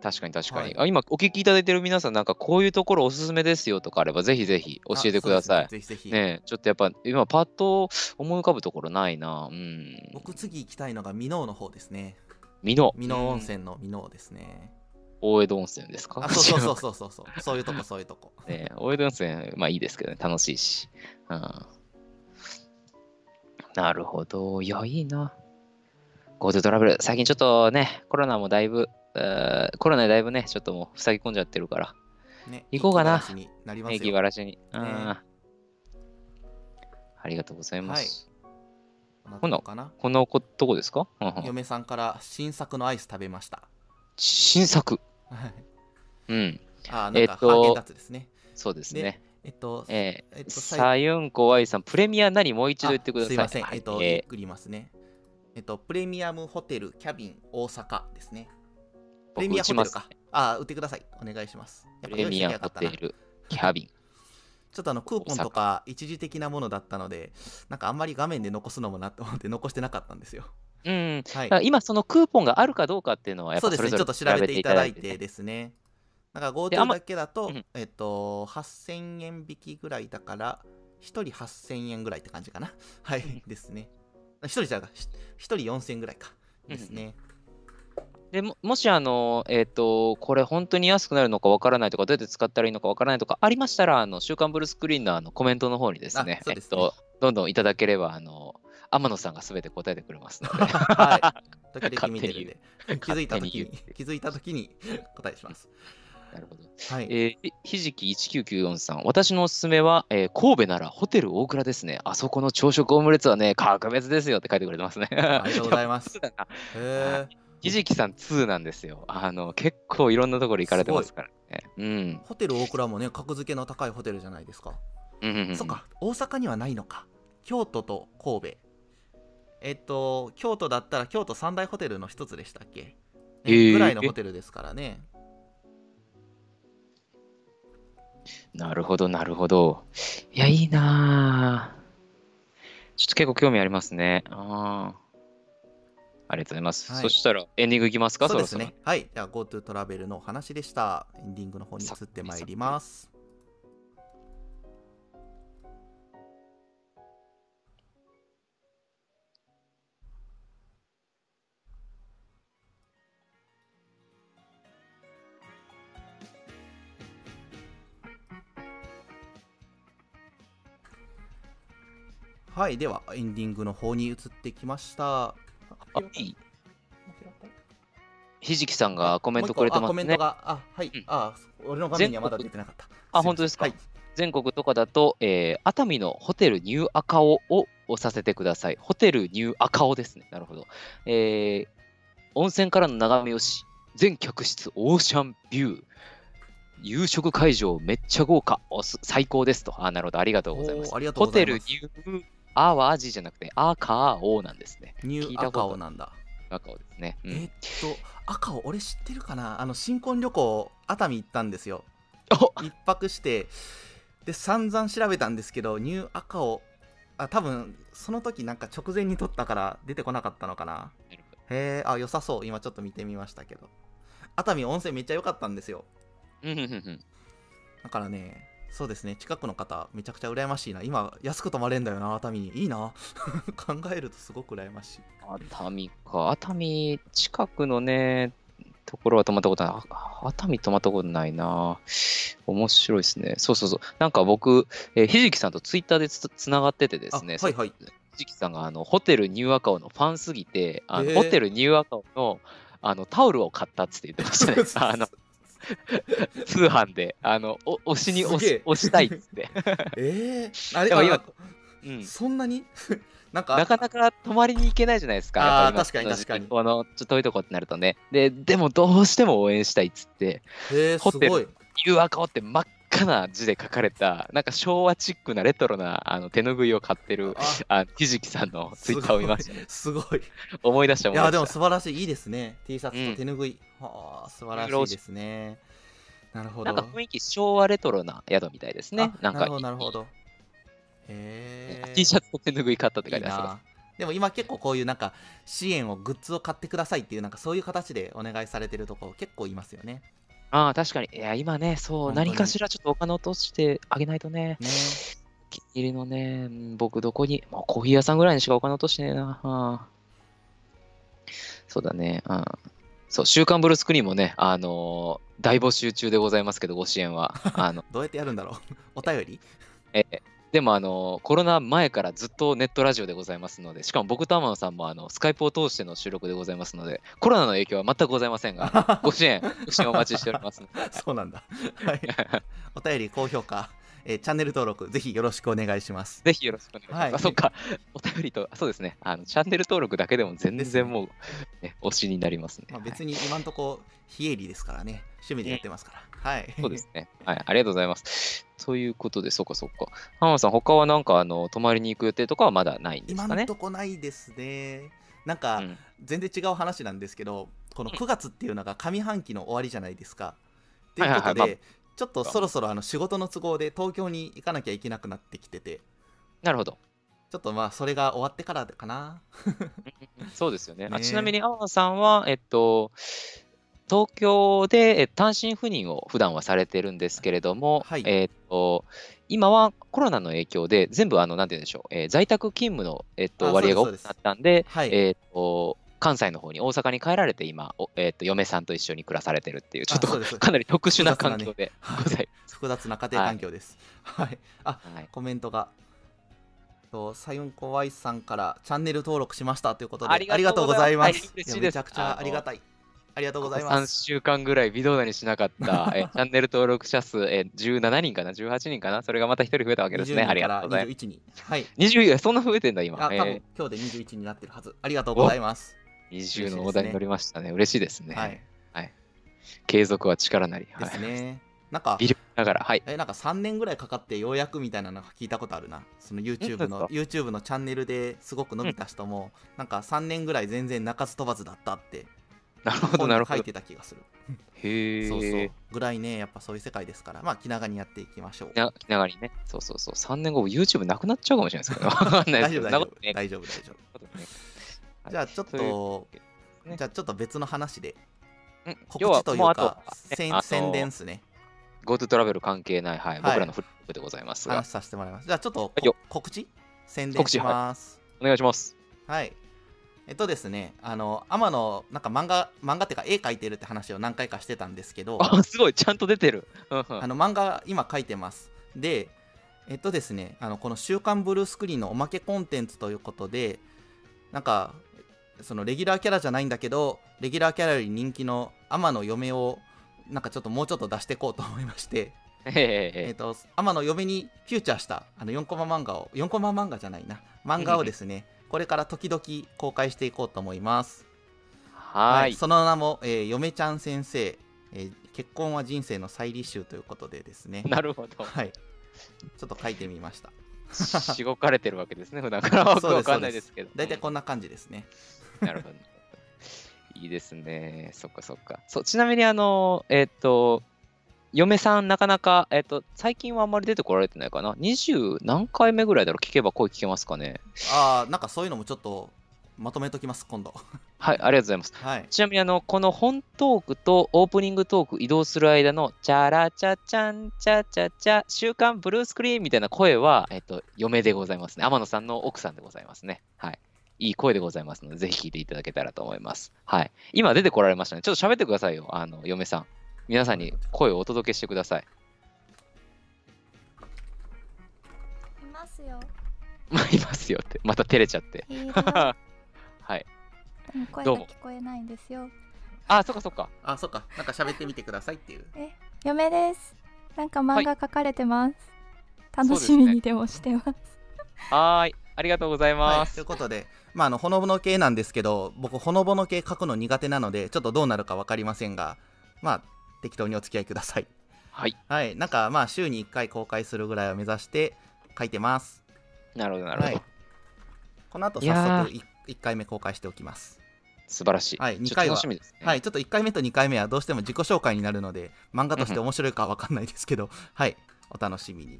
S3: 確かに確かに、
S2: は
S3: あ。今お聞きいただいてる皆さん、なんかこういうところおすすめですよとかあれば、ぜひぜひ教えてください
S2: あ。そうですねぜひぜひ。
S3: ねえ、ちょっとやっぱ今パッと思い浮かぶところないな。うん。
S2: 僕次行きたいのが箕面の方ですね。
S3: 美濃。
S2: 箕面温泉の箕面ですね。
S3: 大江戸温泉ですか
S2: あ、そうそう
S3: う
S2: そうそうそうそう。そういうとこそういうとこ。
S3: ねえ <laughs> 大江戸温泉、まあいいですけどね、楽しいし。うん。なるほど。いや、いいな。GoTo トラベル、最近ちょっとね、コロナもだいぶ、えーコロナでだいぶね、ちょっともう塞ぎ込んじゃってるから、
S2: ね。
S3: 行こうかない
S2: い気晴らしになります
S3: 駅
S2: よ。
S3: ばらしに。うん。
S2: ね
S3: ありがとうございます。
S2: なったのかな
S3: このことこですか、うんうん、
S2: 嫁さんから新作のアイス食べました <laughs>
S3: 新作。
S2: はい
S3: うん。
S2: あーなんか
S3: えっと
S2: ハーゲンダッツですね
S3: そうですね。
S2: えっと
S3: え
S2: えっ
S3: ー、
S2: と
S3: サユンコワイさん、プレミア何もう一度言ってください。
S2: あすいません、えっと、
S3: はい
S2: ゆ
S3: え
S2: っくり言いますね。えっと、プレミアムホテルキャビン大阪ですね。
S3: ー
S2: プレミアムホテルか
S3: 僕打ち。
S2: あ、売ってください。お願いします。
S3: ます
S2: やっ
S3: プ
S2: ぱ
S3: レミア
S2: 用意しなき
S3: ム
S2: ゃよか
S3: ホ
S2: った
S3: テ
S2: な
S3: ル、キャビン。
S2: ちょっとあのクーポンとか一時的なものだったので、なんかあんまり画面で残すのもなと思って残してなかったんです
S3: <laughs>
S2: よ。
S3: うん。
S2: は
S3: だ
S2: い
S3: か。ら今、そのクーポンがあるかどうかっていうのは、やっ
S2: そうで
S3: ぱそ
S2: す
S3: れ
S2: ね、ち
S3: ぞ
S2: ょ
S3: れ
S2: っと調べていただいて
S3: ね
S2: ですね。なんか
S3: であ
S2: GoTo
S3: んま
S2: だけだと
S3: うん、
S2: えっと、8000円引きぐらいだから、1人8000円ぐらいって感じかな。はい、ですね。1人じゃなく、1人4000円ぐらいか。ですね。
S3: でももし、あの、えっ、と、これ本当に安くなるのかわからないとか、どうやって使ったらいいのかわからないとか、ありましたら、あの、週刊ブルースクリーンのあのコメントの方にですね
S2: あ、そうです
S3: え
S2: ね
S3: っと、どんどんいただければ、あの、天野さんがすべて答えてくれますの
S2: <laughs>
S3: で、
S2: はい。時々見てるんで。気づいた時
S3: 勝手に
S2: に、気づいた時に答えします。
S3: なるほど。
S2: はい。
S3: えー、ひじき1994さん、私のおすすめは、えー神戸ならホテル大倉ですね。あそこの朝食オムレツはね、格別ですよって書いてくれてますね。
S2: ありがとうございます。へ
S3: <laughs> やっぱ
S2: え。
S3: ひじきさん2なんですよ。あの、結構いろんなところ行かれてますからね。うん。
S2: ホテル大倉もね、格付けの高いホテルじゃないですか。
S3: うんうんうん
S2: そっ。か、大阪にはないのか。京都と神戸。えっと、京都だったら京都三大ホテルの一つでしたっけ、ね
S3: へー
S2: ぐらいのホテルですからね。
S3: なるほど、なるほど。いや、いいなぁちょっと結構興味ありますね。あーありがとうございます。
S2: はい
S3: そしたら、エンディングいきますか、
S2: そうです
S3: ろ
S2: ね。はい。じゃあ GoTo トラベルのお話でした。エンディングの方に移ってまいります。はい、ではエンディングの方に移ってきました。
S3: そろ。あいいひじきさんがコメント
S2: も
S3: く
S2: う
S3: れ
S2: 一個
S3: て
S2: あ
S3: ます
S2: コメント
S3: ね。
S2: が、あ、はい、
S3: うん
S2: あ、俺の画面にはまだ出てなかった。
S3: あ本当ですか
S2: はい、
S3: 全国とかだと、えー熱海のホテルニューアカオを押させてください。ホテルニューアカオですね。なるほど。えー温泉からの眺めよし、全客室オーシャンビュー。夕食会場めっちゃ豪華。おす最高ですと。あ、なるほど。ありがとうございます。
S2: おーありがとう
S3: ホ
S2: ござ
S3: テ
S2: い
S3: ル
S2: ま
S3: ニ
S2: す
S3: ューアはアジじゃなくて、アカオなんですね。
S2: ニュ
S3: 聞い
S2: ー
S3: た
S2: アカ
S3: こと
S2: オなんだ。
S3: アカオですね。うん
S2: えっと、赤尾、俺知ってるかなあの、新婚旅行、熱海行ったんですよ。
S3: お
S2: 一泊して、で、散々調べたんですけど、ニューアカオ、あ、多分、その時なんか直前に撮ったから出てこなかったのかな
S3: なるほど
S2: へえ、あ、良さそう。今ちょっと見てみましたけど。熱海温泉めっちゃ良かったんですよ。
S3: うんうんうんうん
S2: だからね、そうですね、近くの方、めちゃくちゃ羨ましいな。今、安く泊まれんだよな、熱海に。いいな。 <laughs> 考えるとすごく羨ましい。
S3: 熱海か。熱海近くのね、ところは泊まったことない。あ熱海泊まったことないな。面白いですね。そうそうそう。なんか僕、えーひじきさんとツイッターでつつながっててですね、
S2: あはいはい。
S3: ひじきさんがあのホテルニューアカオのファンすぎて、あの
S2: へー。
S3: ホテルニューアカオのあのタオルを買ったっつって言ってましたねあの通販で、あのお押しに押
S2: すげ
S3: し
S2: え
S3: 押したいっつって。
S2: えー、あれ
S3: でも今
S2: あ
S3: うん
S2: そんなに <laughs> なんか
S3: なかなか泊まりに行けないじゃないですか。
S2: あー
S3: やっぱ今
S2: 確かに確か
S3: この時期
S2: に
S3: この、ちょっと遠いとこってなるとね。で、でもどうしても応援したいっつって、
S2: えー、
S3: ホ
S2: す
S3: テル
S2: ごい。
S3: 夕赤顔って真っ赤な字で書かれた、なんか昭和チックなレトロなあの手拭いを買ってる、
S2: あ
S3: あひじきさんのツイッターを見ました。
S2: すごい。すごい
S3: 思い出した
S2: い
S3: 思い出した。
S2: や、でも素晴らしい。いいですね。T シャツと手拭い。はあ、素晴らしいですね。なるほ
S3: な
S2: ど。
S3: んか雰囲気昭和レトロな宿みたいですね。
S2: あ
S3: なんか
S2: るほど、なるほど。へえ。
S3: T シ
S2: ャ
S3: ャツと手拭い買ったって書いてあります。
S2: でも今結構こういうなんか支援をグッズを買ってくださいっていうなんかそういう形でお願いされてるとこ結構いますよね。
S3: ああ、確かに。いや、今ね、そう、
S2: 本当に
S3: 何かしらちょっとお金落としてあげないとね。
S2: ね
S3: お気に入りのね、うん僕どこに、もうコーヒー屋さんぐらいにしかお金落としてねえな。あーそうだね。うんそう、週刊ブルースクリーンもね、あのー大募集中でございますけど、ご支援は。あの、
S2: どうやってやるん
S3: <laughs>
S2: だろうお便り <laughs>
S3: えーでも、あのーコロナ前からずっとネットラジオでございますので、しかも僕と天野さんも、あの、スカイプを通しての収録でございますので、コロナの影響は全くございませんが、ご支援、ご支援お待ちしておりますので。
S2: そうなんだ。はい。お便り、高評価、えーチャンネル登録ぜひよろしくお願いします。
S3: ぜひよろしくお願いします。
S2: はい
S3: あそっか、お便りと、そうですね、あのチャンネル登録だけでも全
S2: ですね
S3: 然もう、ね、推しになりますね。
S2: まあ、
S3: はい
S2: 別に今んとこ非営利ですからね趣味でやってますから。はい。
S3: そうですね。はい、ありがとうございます。そういうことで、そっかそっか。浜田さん、他はなんか、あの、泊まりに行く予定とかはまだないんです
S2: 今
S3: か
S2: ん
S3: ね。
S2: とこないですね。なんか、
S3: うん
S2: 全然違う話なんですけどこの
S3: うん
S2: 9月っていうのが上半期の終わりじゃないですか。っていう
S3: はいは
S2: こ
S3: い
S2: と
S3: はい
S2: で、ちょっとそろそろあの仕事の都合で東京に行かなきゃいけなくなってきてて
S3: なるほど。
S2: ちょっとまあそれが終わってからかな。
S3: そうですよね。あ
S2: ね
S3: ちなみに、浜田さんは、えっと、東京でえ単身赴任を普段はされてるんですけれども、
S2: はい
S3: えっと、今はコロナの影響で、全部、あの、なんて言うんでしょう、えー在宅勤務の、えっと、
S2: あ
S3: 割合が多
S2: そうで
S3: く
S2: す
S3: なったんで、
S2: はい、
S3: えっと、関西の方に大阪に帰られて今、おえっと嫁さんと一緒に暮らされてるっていう、ちょっ
S2: あそ
S3: と
S2: うです
S3: かなり特殊な
S2: 複雑な
S3: 環
S2: ね
S3: 境で
S2: はい
S3: ござい
S2: 複雑な家庭環境です。はい、あ
S3: ます。はい
S2: コメントが。とサユンコワイさんからチャンネル登録しましたということで
S3: ありがとう
S2: ありがとうございま
S3: ございま
S2: す。
S3: すはい嬉しい
S2: や
S3: です
S2: めちゃくちゃありがたい。ありがとうございま
S3: 3
S2: す。
S3: 週間ぐらい微動だにしなかった、
S2: <laughs>
S3: えチャンネル登録者数、え17人かな、18人かな、それがまた1人増えたわけですね。
S2: 20
S3: あり
S2: 人か
S3: がとう
S2: ら
S3: ございます。
S2: 21人。はい。
S3: 20いやそんな増えてんだ、今。
S2: あ、多分
S3: え
S2: 今日で21人になってるはず。ありがとうございます。
S3: ー、
S2: いです
S3: 20
S2: ね
S3: の大台に乗りましたね。嬉しいですね。
S2: はい。
S3: 継続は力なり。は
S2: で
S3: い
S2: すね。なんか
S3: 微、力ながら、はい。
S2: え、なんか3年ぐらいかかってようやくみたいなのが聞いたことあるな。その YouTube の、
S3: 本当
S2: YouTube のチャンネルですごく伸びた人も、なんか3年ぐらい全然泣かず飛ばずだったって、
S3: なるほど、
S2: 本
S3: なる
S2: に
S3: ほ
S2: 書い
S3: ど。
S2: てた気がする。
S3: へえ。
S2: そうそう。ぐらいね、やっぱそういう世界ですから、まあ気長にやっていきましょう。
S3: な <laughs> 気長にね、そうそうそう、3年後、YouTube なくなっちゃうかもしれないですけど、わかんない
S2: 大
S3: ですけ
S2: 丈夫、
S3: ど、そ
S2: 大丈夫、
S3: んなことね
S2: 大丈夫、大丈夫。
S3: はい
S2: じゃあちょっ
S3: そういう
S2: と
S3: け、ね
S2: じゃあちょっと別の話で、
S3: うん要
S2: 告
S3: は
S2: 知という
S3: もうあと
S2: か
S3: は、ね
S2: せん
S3: あの
S2: 宣伝ですね。
S3: GoTo トラベル関係ない、はい、
S2: はい
S3: 僕らのフリップでございますが
S2: 話させてもらいます。じゃあちょっと
S3: はいよ
S2: こ告知宣伝
S3: 告知
S2: します。
S3: お願いします。
S2: はい、えっとですね、あの、天野、なんか漫画、漫画っていうか絵描いてるって話を何回かしてたんですけど、
S3: あ、すごい、ちゃんと出てる。うんう
S2: あ
S3: ん
S2: の漫画今描いてます。で、えっとですね、あのこの「週刊ブルースクリーン」のおまけコンテンツということで、なんか、そのレギュラーキャラじゃないんだけど、レギュラーキャラより人気の天の嫁を、なんかちょっともうちょっと出していこうと思いまして、えっ
S3: ええええ
S2: と、天の嫁にフューチャーしたあの4コマ漫画を、4コマ漫画じゃないな、漫画をですね、これから時々公開していこうと思います。
S3: はーい。
S2: その名も、えー嫁ちゃん先生、えー結婚は人生の再履修ということでですね。
S3: なる
S2: <laughs>
S3: ほど。
S2: はい。ちょっと書いてみました。
S3: しごかれてるわけですね、普段からは
S2: そうです
S3: わかんないですけど。
S2: 大体こ
S3: うん
S2: な感じですね。
S3: んなるほど。いいですね。そっかそっか。そうちなみに、あの、えっ、と、嫁さん、なかなか、えっ、と、最近はあんまり出てこられてないかな。二十何回目ぐらいだろう聞けば声聞けますかね。
S2: ああ、なんかそういうのもちょっとまとめときます、今度。
S3: はい、ありがとうございます。
S2: はい。
S3: ちなみにあのこの本トークとオープニングトーク移動する間のチャラチャチャンチャチャチャ週刊ブルースクリーンみたいな声はえっと嫁でございますね天野さんの奥さんでございますねはいいい声でございますのでぜひ聞いていただけたらと思いますはい今出てこられましたねちょっと喋ってくださいよあの嫁さん皆さんに声をお届けしてください
S4: いますよ。
S3: まあいますよってまた照れちゃって
S4: いるよ
S3: はい
S4: でも声
S3: ど
S4: が
S3: うも
S4: 聞こえないんですよ。
S3: あそっかそっか
S2: あ、そっか。なんか喋ってみてくださいっていう。
S4: 嫁です。なんか漫画描かれてます。
S3: い
S4: 楽しみにでもしてます。
S3: はーいありがとうござい
S2: は
S3: ま
S2: い。とい
S3: す
S2: うことで、まあ、あの、ほのぼの系なんですけど、僕、ほのぼの系書くの苦手なので、ちょっとどうなるかわかりませんが、まあ、適当にお付き合いください。
S3: はい
S2: はい。なんか、まあ、週に1回公開するぐらいを目指して書いてます。
S3: なるほどなるほど、
S2: はいこの後、
S3: いや
S2: 早
S3: ー
S2: 速い1回目公開しておきます。
S3: 素晴らしい、
S2: はい
S3: ちょっ
S2: 二
S3: と
S2: 回は
S3: 楽しみですね
S2: はい、ちょっと1回目と2回目はどうしても自己紹介になるので、漫画として面白いかわかんないですけど、 <laughs> はい、お楽しみに。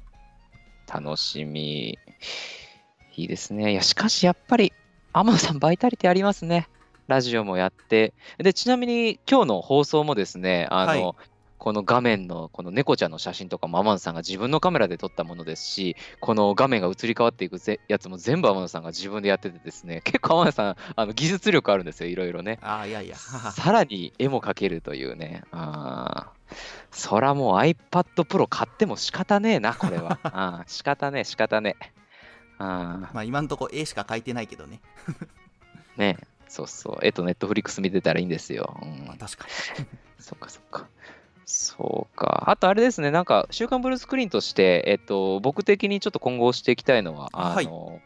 S3: 楽しみ。いいですね。いや、しかしやっぱり、天野さん、バイタリティありますね。ラジオもやって。で、ちなみに、今日の放送もですね、あの、
S2: は
S3: この画面のこの猫ちゃんの写真とかも天野さんが自分のカメラで撮ったものですし、この画面が移り変わっていくぜやつも全部天野さんが自分でやっててですね、結構天野さん、あの技術力あるんですよ、いろいろね。
S2: ああ、いやいや、
S3: さらに絵も描けるというね。あーそらもう iPad Pro 買っても仕方ねえな、これ
S2: <laughs>
S3: は。あー仕方ねえ、仕方ねえ。あー
S2: まあ今んとこ絵しか描いてないけどね。
S3: ねえそうそう。絵と Netflix 見てたらいいんですよ。う
S2: まあ
S3: ん、
S2: 確かに。
S3: そっかそっか。そうか。あとあれですね、なんか、週刊ブルースクリーンとして、えっと、僕的にちょっと今後していきたいのは、あの、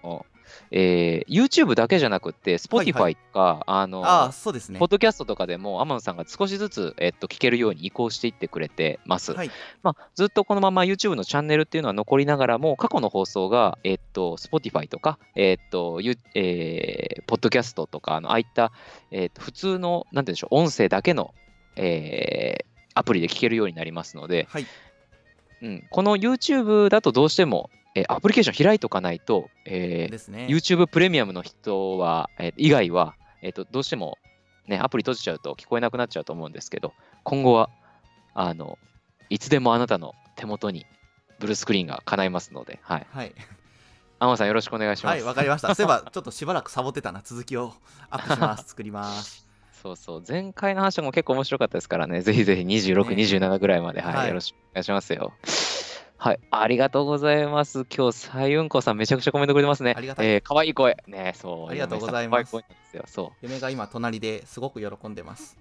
S3: えー YouTube だけじゃなくて、
S2: はいは
S3: Spotify とか、あの、
S2: ああそうですね
S3: ポッドキャストとかでも、天野さんが少しずつ、えっと、聞けるように移行していってくれてます。
S2: はい
S3: まあ、ずっとこのまま YouTube のチャンネルっていうのは残りながらも、過去の放送が、えっと、Spotify とか、えっと、ゆえーポッドキャストとか、あの、ああいった、えっと、普通の、なんて言うんでしょう、音声だけの、えーアプリで聞けるようになりますので、
S2: はい
S3: うん、この YouTube だとどうしても、えーアプリケーション開いとかないと、えー
S2: ですね
S3: YouTube プレミアムの人は、えー以外は、えーと、どうしても、ね、アプリ閉じちゃうと聞こえなくなっちゃうと思うんですけど、今後は、あの、いつでもあなたの手元に、ブルースクリーンが叶いますので、はい。
S2: はい
S3: 天野さん、よろしくお願いしま
S2: は
S3: す。
S2: いわかりましたそういえばちょっとしばらくサボってたな続きをアップします
S3: <laughs>
S2: 作ります
S3: そうそう、前回の話も結構面白かったですからね、ぜひぜひ26、
S2: ね
S3: 27ぐらいまで、はい、
S2: はい
S3: よろしくお願いしますよ。はい、ありがとうございます。今日、サイウンコさん、めちゃくちゃコメントくれてますね。
S2: ありがたい
S3: えー、可愛い声。ね、そう。
S2: ありがとうございます
S3: 可愛い声なんですよ。そう。
S2: 嫁が今隣ですごく喜んでます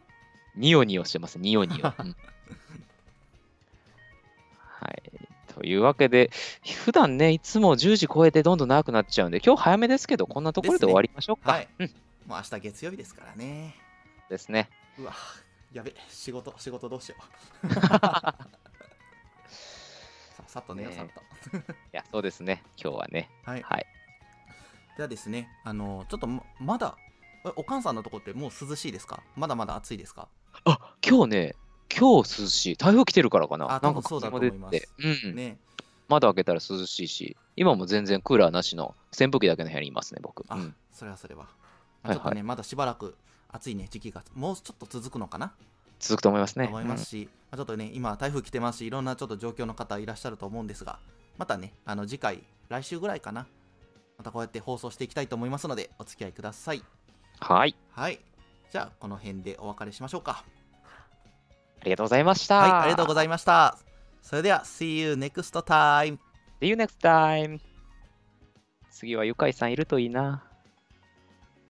S3: ニヨニヨしてます、ニヨニヨ。
S2: <laughs>
S3: うんはい。というわけで、普段ね、いつも10時超えてどんどん長くなっちゃうんで、今日早めですけど、こんなところで終わりましょうか。
S2: はい
S3: うん
S2: もう明日月曜日ですからね
S3: ですね。
S2: うわやべ仕事仕事どうしよう
S3: <laughs>
S2: ささっと寝よう
S3: ね
S2: さっと
S3: いや、そうですね。今日はね。
S2: はい、
S3: はい
S2: ではですねあのちょっとままだえおかんさんのとこってもう涼しいですかまだまだ暑いですか
S3: あ今日ね、今日涼しい。台風来てるからかな。
S2: あ多
S3: なんか
S2: 分そうだと
S3: 風
S2: 思い
S3: も
S2: ま
S3: 出
S2: す
S3: ててうん。
S2: ね
S3: 窓開けたら涼しいし、今も全然クーラーなしの扇風機だけの部屋にいますね、僕。
S2: あ、
S3: うん
S2: それはそれは、まあ
S3: はいはい
S2: ちょっとねまだしばらく暑いね時期がもうちょっと続くのかな
S3: 続くと思いますね。
S2: 思いますし、まあちょっとね今台風来てますしいろんなちょっと状況の方いらっしゃると思うんですがまたねあの次回来週ぐらいかなまたこうやって放送していきたいと思いますのでお付き合いください
S3: うんはい。
S2: はいじゃあこの辺でお別れしましょうか
S3: ありがとうございました。
S2: はいありがとうござ
S3: い
S2: いましたそれでは See you next time
S3: ます。See you next time. 次はゆかいさんいるといいな。